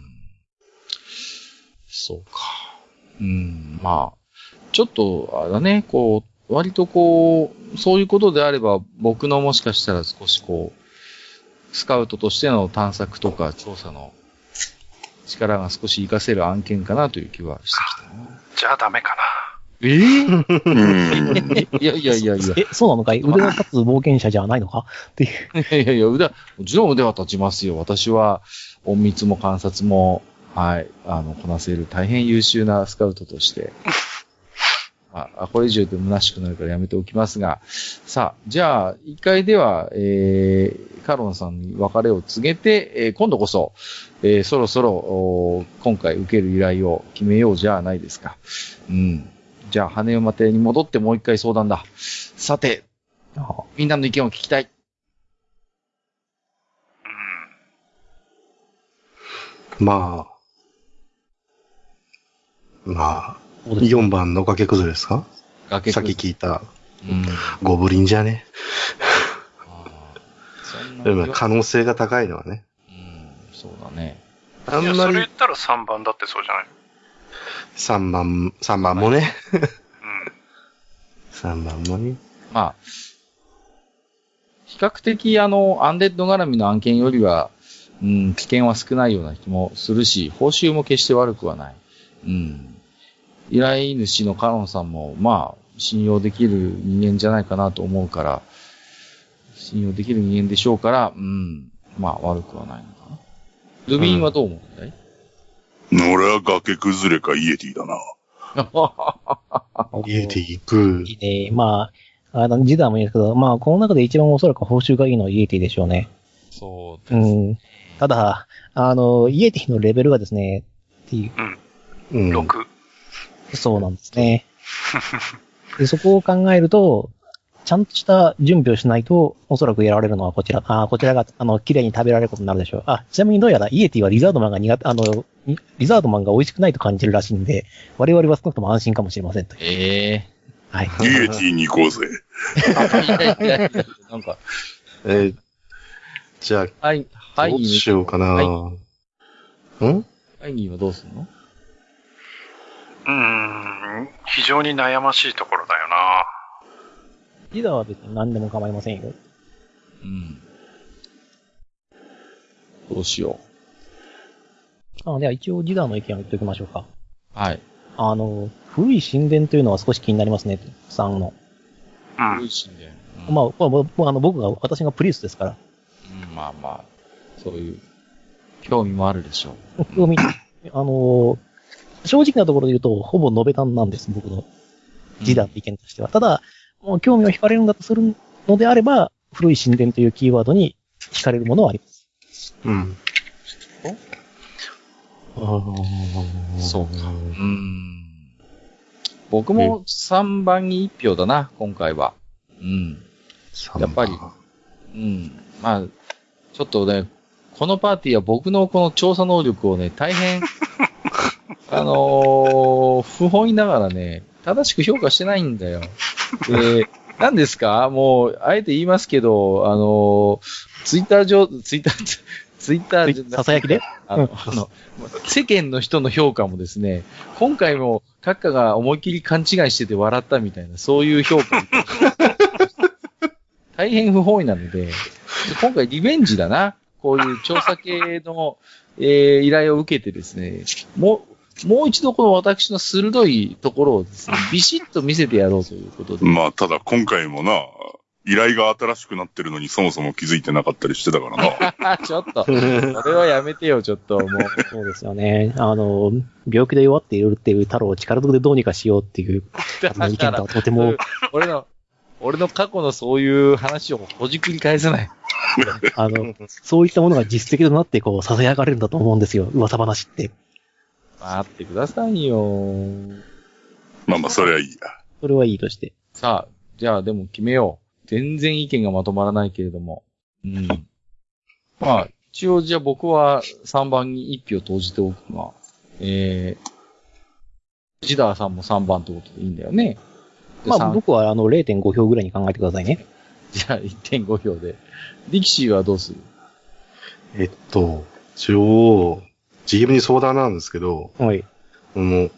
Speaker 1: そうか。うん、まあ、ちょっと、あれだね、こう、割とこう、そういうことであれば、僕のもしかしたら少しこう、スカウトとしての探索とか調査の力が少し活かせる案件かなという気はしてきたな。
Speaker 3: じゃあダメかな。
Speaker 1: ええ
Speaker 5: うん。
Speaker 1: いやいやいやいや。
Speaker 2: え、そうなのかい腕の立つ冒険者じゃないのかっていう。
Speaker 1: いやいやいや、腕は、もちろん腕は立ちますよ。私は、隠密も観察も、はい、あの、こなせる大変優秀なスカウトとして。 あ、あこれ以上言うと虚しくなるからやめておきますが。さあ、じゃあ、一回では、えー、カロンさんに別れを告げて、えー今度こそ、えーそろそろ、おー今回受ける依頼を決めようじゃないですか。うん。じゃあ、羽馬邸に戻ってもう一回相談だ。さて、
Speaker 2: あ
Speaker 1: みんなの意見を聞きたい。
Speaker 4: まあ。まあ、
Speaker 2: そうです
Speaker 4: 4番の崖崩れですか
Speaker 1: 崖
Speaker 4: さっ
Speaker 1: 崩
Speaker 4: き
Speaker 1: れ
Speaker 4: 聞いた
Speaker 1: うん。
Speaker 4: ゴブリンじゃね。
Speaker 1: あーそんな
Speaker 4: でも可能性が高いのはね。
Speaker 1: うん、そうだね。
Speaker 4: あ
Speaker 3: い
Speaker 4: ん
Speaker 3: や、
Speaker 4: ま
Speaker 3: それ言
Speaker 4: り
Speaker 3: ったら3番だってそうじゃない
Speaker 4: 3番、3番もね。
Speaker 3: うん。
Speaker 4: 3番もね。
Speaker 1: まあ、比較的、あの、アンデッド絡みの案件よりは、うん、危険は少ないような気もするし、報酬も決して悪くはない。うん。依頼主のカロンさんも、まあ、信用できる人間じゃないかなと思うから、信用できる人間でしょうから、うん、まあ、悪くはないのかな。ルビーンはどう思うんだい、
Speaker 5: 俺は崖崩れかイエティだな。
Speaker 4: イエティ、ブー。
Speaker 2: いいね。まあ、あの、ジダーもいいですけど、まあ、この中で一番おそらく報酬がいいのはイエティでしょうね。
Speaker 1: そうです
Speaker 2: う。ん。ただ、あの、イエティのレベルがですね、っていう、
Speaker 4: うん。
Speaker 3: 6。
Speaker 2: そうなんですね。でそこを考えると、ちゃんとした準備をしないと、おそらくやられるのはこちら。あーこちらが、あの、綺麗に食べられることになるでしょう。あ、ちなみにどうやらイエティはリザードマンが苦手、あの、リリザードマンが美味しくないと感じるらしいんで、我々は少なくとも安心かもしれませんという。
Speaker 1: ええ
Speaker 2: はい。
Speaker 5: イエティに行こうぜ。
Speaker 1: なんか、
Speaker 4: えーじゃ
Speaker 1: はい、
Speaker 4: あ、
Speaker 1: はい、
Speaker 4: どうしようかな。
Speaker 1: は
Speaker 4: ん
Speaker 1: 会議はどうするの
Speaker 3: うーん。非常に悩ましいところだよな。
Speaker 2: リザーは別に何でも構いませんよ。
Speaker 1: うん。どうしよ
Speaker 2: あでは一応リザーの意見を言っておきましょうか。
Speaker 1: う。はい。
Speaker 2: あの、古い神殿というのは少し気になりますね、さんの。
Speaker 3: うん。
Speaker 1: 美味しいんだよ。うん
Speaker 2: まあ、まあぼぼあの僕が、私がプリウスですから。
Speaker 1: うんまあまあ、そういう、興味もあるでしょう。
Speaker 2: 興味、あの、正直なところで言うと、ほぼ延べたんなんです、僕のジダーの意見としては。ただ、もう興味を惹かれるんだとするのであれば、古い神殿というキーワードに惹かれるものはあります。
Speaker 4: うん。あー
Speaker 1: そうか。うん。僕も3番に1票だな、今回は。うん。
Speaker 4: 三
Speaker 1: やっぱり
Speaker 4: 番
Speaker 1: うん。まあ、ちょっとね、このパーティーは僕のこの調査能力をね、大変、あのー不本意ながらね、正しく評価してないんだよ。で、何ですかもう、あえて言いますけど、あのーツイッター上、ツイッター、ツイッター上、
Speaker 2: ささやきで
Speaker 1: あの、あの、世間の人の評価もですね、今回も閣下が思いっきり勘違いしてて笑ったみたいな、そういう評価。大変不本意なので、今回リベンジだな。こういう調査系の、えー依頼を受けてですね、もう、もう一度この私の鋭いところをですね、ビシッと見せてやろうということで。
Speaker 5: まあ、ただ今回もな、依頼が新しくなってるのにそもそも気づいてなかったりしてたから な。
Speaker 1: ちょっと、それはやめてよ、ちょっと。もう、
Speaker 2: そうですよね。あの、病気で弱っているっていう太郎を力ずくでどうにかしようっていう、あの意見とはとても、
Speaker 1: 俺の、俺の過去のそういう話をほじくり返せない。
Speaker 2: あの、そういったものが実績となって、こう、囁かれるんだと思うんですよ。噂話って。
Speaker 1: 待ってくださいよ。
Speaker 5: まあまあ、それはいいや。
Speaker 2: それはいいとして。
Speaker 1: さあ、じゃあでも決めよう。全然意見がまとまらないけれども。うん。まあ、一応じゃあ僕は3番に1票投じておくが、えー、ジダーさんも3番ってことでいいんだよね。で
Speaker 2: まあ
Speaker 1: 三
Speaker 2: 僕はあの0.5票ぐらいに考えてくださいね。
Speaker 1: じゃあ1.5票で。力士はどうする
Speaker 4: えっと、一応、GM に相談なんですけど、
Speaker 2: はい。
Speaker 4: あの、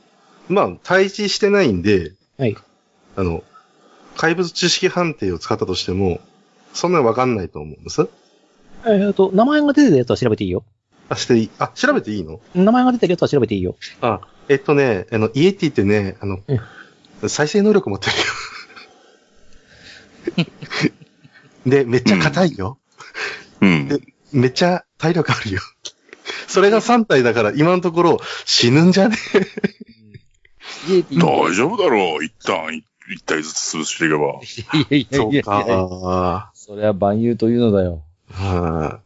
Speaker 4: まあ、対峙してないんで、
Speaker 2: はい。
Speaker 4: あの、怪物知識判定を使ったとしても、そんなにわかんないと思うんです。
Speaker 2: えっ、と、名前が出てるやつは調べていいよ。
Speaker 4: あ、していい、あ、調べていいの
Speaker 2: 名前が出てるやつは調べていいよ。
Speaker 4: あ、えっとね、あの、イエティってね、あの、再生能力持って るよ。で、めっちゃ硬いよ。
Speaker 5: うん。
Speaker 4: でめっちゃ体力あるよ。それが3体だから、今のところ死ぬんじゃね
Speaker 1: イエテ
Speaker 5: 大丈夫だろう。一旦、い一体ずつ潰していけ
Speaker 1: い
Speaker 5: ば。
Speaker 1: やいやいやいや。
Speaker 4: か。
Speaker 1: それは万有というのだよ。
Speaker 4: はい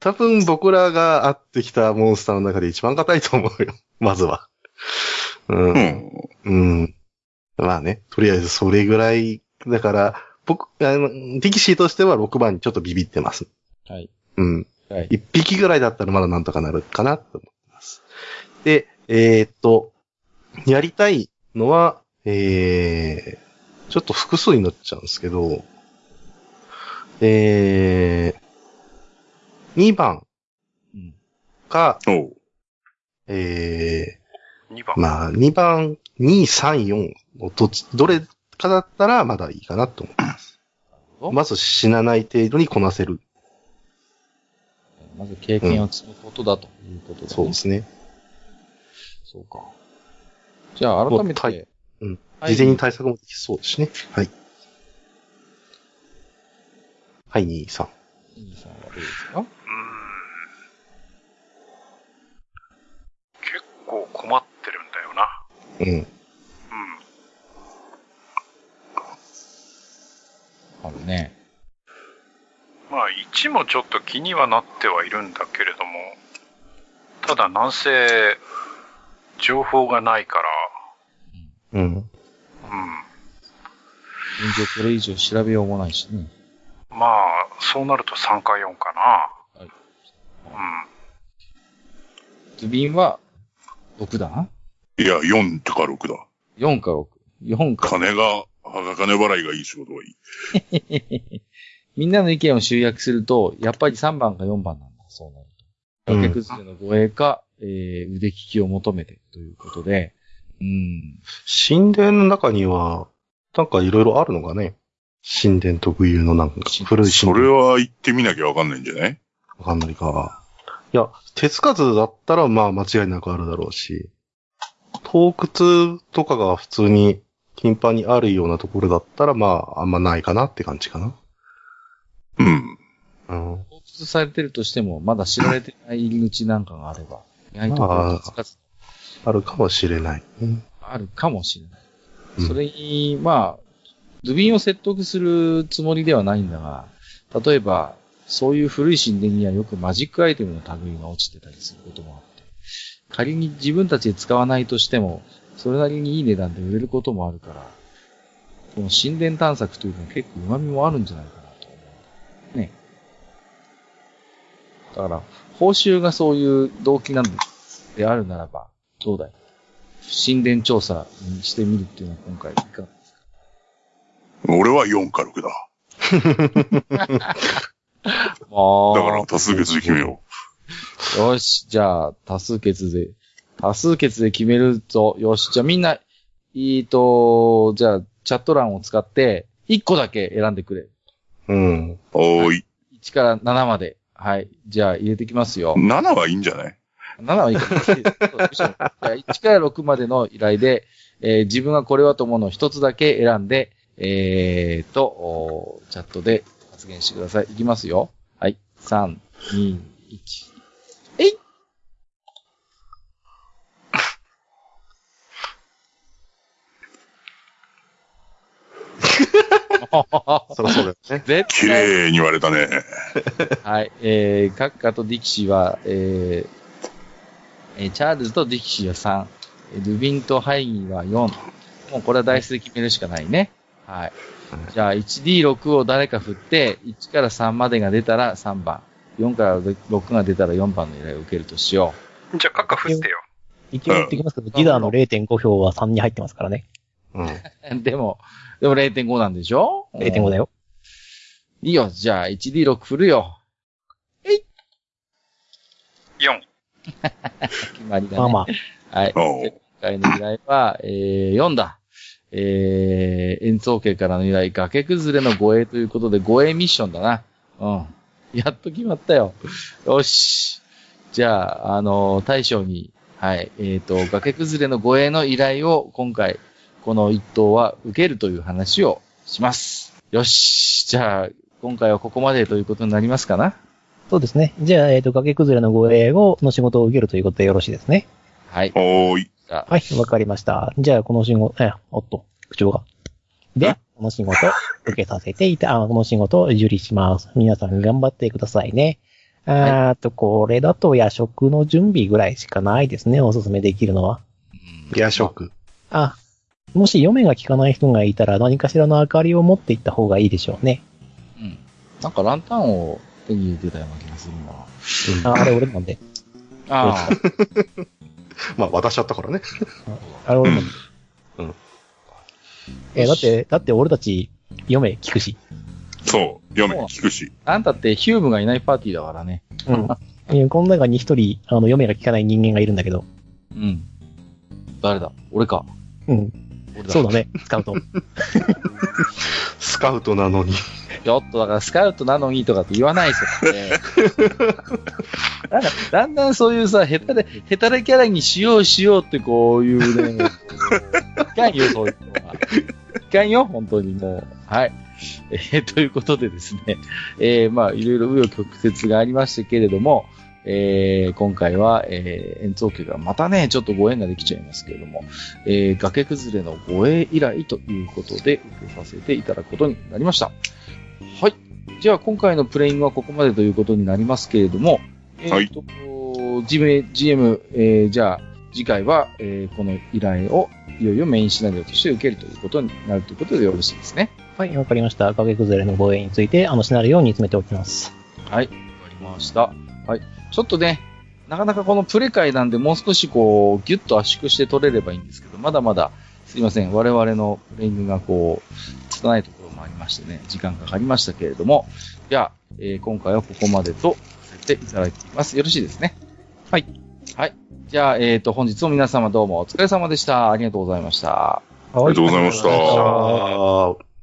Speaker 4: 多分僕らが会ってきたモンスターの中で一番硬いと思うよ。 まずは。う。
Speaker 5: うんん。
Speaker 4: うん。まあね。とりあえずそれぐらい。だから、僕、あの、ディキシーとしては6番にちょっとビビってます。
Speaker 1: はい。
Speaker 4: うん。
Speaker 1: はい。
Speaker 4: 1匹ぐらいだったらまだなんとかなるかなと思ってます。で、えーっと、やりたいのは、えー、ちょっと複数になっちゃうんですけど、えー、2番
Speaker 1: うん
Speaker 4: か、
Speaker 5: おう。
Speaker 4: え
Speaker 3: 2
Speaker 4: ー、
Speaker 3: 番。
Speaker 4: まあ、2番、2、3、4をどっち、どれかだったらまだいいかなと思います
Speaker 1: ほど。
Speaker 4: まず死なない程度にこなせる。
Speaker 1: まず経験を積むことだということだ、ね
Speaker 4: そうですね。
Speaker 1: そうか。じゃあ改め
Speaker 4: もうはい
Speaker 1: て。
Speaker 4: うん
Speaker 1: はい。
Speaker 4: 事前に対策もできそうですしね。はい。はい、2、3。
Speaker 1: 兄さんはどうですか
Speaker 3: うん結構困ってるんだよな。
Speaker 4: うん。
Speaker 3: うん。
Speaker 1: あるね。
Speaker 3: まあ、1もちょっと気にはなってはいるんだけれども、ただ、なんせ、情報がないか
Speaker 4: うん。
Speaker 3: ら、うん。
Speaker 1: 現状これ以上調べようもないしね。
Speaker 3: まあ、そうなると3か4かな。
Speaker 1: はい
Speaker 3: うん。
Speaker 1: ズビンは、6段
Speaker 5: いや、4とか6だ。
Speaker 1: ?4 か6。4か。
Speaker 5: 金が、金払いがいい仕事はいい。
Speaker 1: みんなの意見を集約すると、やっぱり3番か4番なんだ。そうなると。
Speaker 4: うん
Speaker 1: 崖崩れの護衛か、えー、腕利きを求めてということで、うん。
Speaker 4: 神殿の中には、なんかいろいろあるのかね神殿特有のなんか、古い
Speaker 5: そ
Speaker 4: 神
Speaker 5: れ
Speaker 4: 殿
Speaker 5: は行ってみなきゃわかんないんじゃない
Speaker 4: わかんないか。いや、手つかずだったらまあ間違いなくあるだろうし、洞窟とかが普通に頻繁にあるようなところだったらまああんまないかなって感じかな。
Speaker 5: うん。
Speaker 4: うん。
Speaker 1: 放出されてるとしても、まだ知られてない入り口なんかがあれば、意外と
Speaker 4: まあ
Speaker 1: つかず
Speaker 4: あるかもしれない。うん。
Speaker 1: あるかもしれない。
Speaker 4: うん
Speaker 1: それに、まあ、ズビンを説得するつもりではないんだが、例えば、そういう古い神殿にはよくマジックアイテムの類が落ちてたりすることもあって、仮に自分たちで使わないとしても、それなりにいい値段で売れることもあるから、この神殿探索というのは結構旨味もあるんじゃないかなと思う。ね。だから、報酬がそういう動機なんであるならば、どうだい神殿調査にしてみるっていうのは今回いかが
Speaker 5: 俺は4か6だ。だから多数決で決めよ
Speaker 1: よし、じゃあ、多数決で、多数決で決めるぞ。よし、じゃあみんな、えっと、じゃあ、チャット欄を使って、1個だけ選んでくれ。
Speaker 4: うん。
Speaker 5: う。おーい。
Speaker 1: 1から7まで。はい。じゃあ、入れてきますよ。
Speaker 5: 7はいいんじゃない
Speaker 1: 7はいいかもしれない。そうむしろじゃあ1から6までの依頼で、えー自分がこれはと思うのを1つだけ選んで、えー、と、おーチャットで発言してください。いきますよ。はい。3、2、1。えい
Speaker 4: そりゃそうだよね。
Speaker 1: 絶
Speaker 5: 綺
Speaker 1: 対
Speaker 5: 麗に割れたね。
Speaker 1: はい。えー、カッカとディキシーは、えー、えーチャールズとディキシーは3、えールビンとハイギーは4。もうこれはダイスで決めるしかないね。はい。じゃあ 1D6 を誰か振って、1から3までが出たら3番、4から6が出たら4番の依頼を受けるとしよ
Speaker 3: じゃあ、カッカ振ってよ。
Speaker 2: 一応言ってきますけど、ギダーの0.5票は3に入ってますからね。
Speaker 4: うん。
Speaker 1: う。 でも、でも0.5なんでしょ
Speaker 2: 0.5だよ。
Speaker 1: いいよ、じゃあ 1D6 振るよ。
Speaker 3: 4。
Speaker 1: 決まりだね。
Speaker 2: まあまあ、
Speaker 1: はい。
Speaker 5: おう
Speaker 1: 今回の依頼は、えー、4だ。えー、演奏家からの依頼、崖崩れの護衛ということで、護衛ミッションだな。うん。やっと決まったよ。よし。じゃあ、あのー大将に、はい、えーと、崖崩れの護衛の依頼を今回、この一等は受けるという話をします。よし。じゃあ、今回はここまでということになりますかな
Speaker 2: そうですね。じゃあ、えっ、と、崖崩れの護衛を、の仕事を受けるということでよろしいですね。
Speaker 1: はい。
Speaker 5: おーい。
Speaker 1: じゃあ
Speaker 2: はい、わかりました。じゃあ、この仕事、え、おっと、口調が。で、この仕事、受けさせていた、あ、この仕事を受理します。皆さん頑張ってくださいね。あーっと、これだと夜食の準備ぐらいしかないですね、おすすめできるのは。
Speaker 4: 夜食。
Speaker 2: あ、もし嫁が効かない人がいたら何かしらの明かりを持っていった方がいいでしょうね。
Speaker 1: うん。なんかランタンを手に入れてたような気がするな。
Speaker 2: あ、あれ俺なんで。
Speaker 1: ああ。
Speaker 4: まあ、渡しちゃったからね。
Speaker 2: あれ俺なんで。
Speaker 4: うん
Speaker 2: え、だって、だって俺たち、嫁聞くし。
Speaker 5: そう。嫁、聞くし。
Speaker 1: あんたってヒュームがいないパーティーだからね。
Speaker 2: うん。えこの中に一人、あの、嫁が聞かない人間がいるんだけど。
Speaker 1: うん。誰だ俺か。
Speaker 2: うん。
Speaker 1: 俺だ。
Speaker 2: そうだね、使うと。
Speaker 4: スカウトなのに。
Speaker 1: ちょっとだからスカウトなのにとかって言わないですよね。なんか、だんだんそういうさ、ヘタレ、ヘタレキャラにしようしようってこういうね、いかんよ、そういうのは。いかんよ、本当にもう。はい。えーということでですね、えーまあ、いろいろ紆余曲折がありましたけれども、えー今回は、えー演奏曲がまたね、ちょっとご縁ができちゃいますけれども、えー崖崩れの護衛依頼ということで、受けさせていただくことになりました。はい。じゃあ、今回のプレイングはここまでということになりますけれども、え
Speaker 5: はい
Speaker 1: ーと、GM、GM えーじゃあ、次回は、えーこの依頼をいよいよメインシナリオとして受けるということになるということでよろしいですね。
Speaker 2: はい、わかりました。崖崩れの防衛について、あの、シナリオを煮詰めておきます。
Speaker 1: はい。わかりました。はい。ちょっとね、なかなかこのプレ会なんでもう少しこう、ぎゅっと圧縮して取れればいいんですけど、まだまだ、すいません。我々のプレイングがこう、拙いところもありましてね、時間かかりましたけれども、じゃあ、えー今回はここまでとさせていただきます。よろしいですね。
Speaker 2: はい。
Speaker 1: はい。じゃあ、えっ、と、本日も皆様どうもお疲れ様でした。ありがとうございました。
Speaker 2: あ
Speaker 5: ありがとうございました。
Speaker 4: ああ。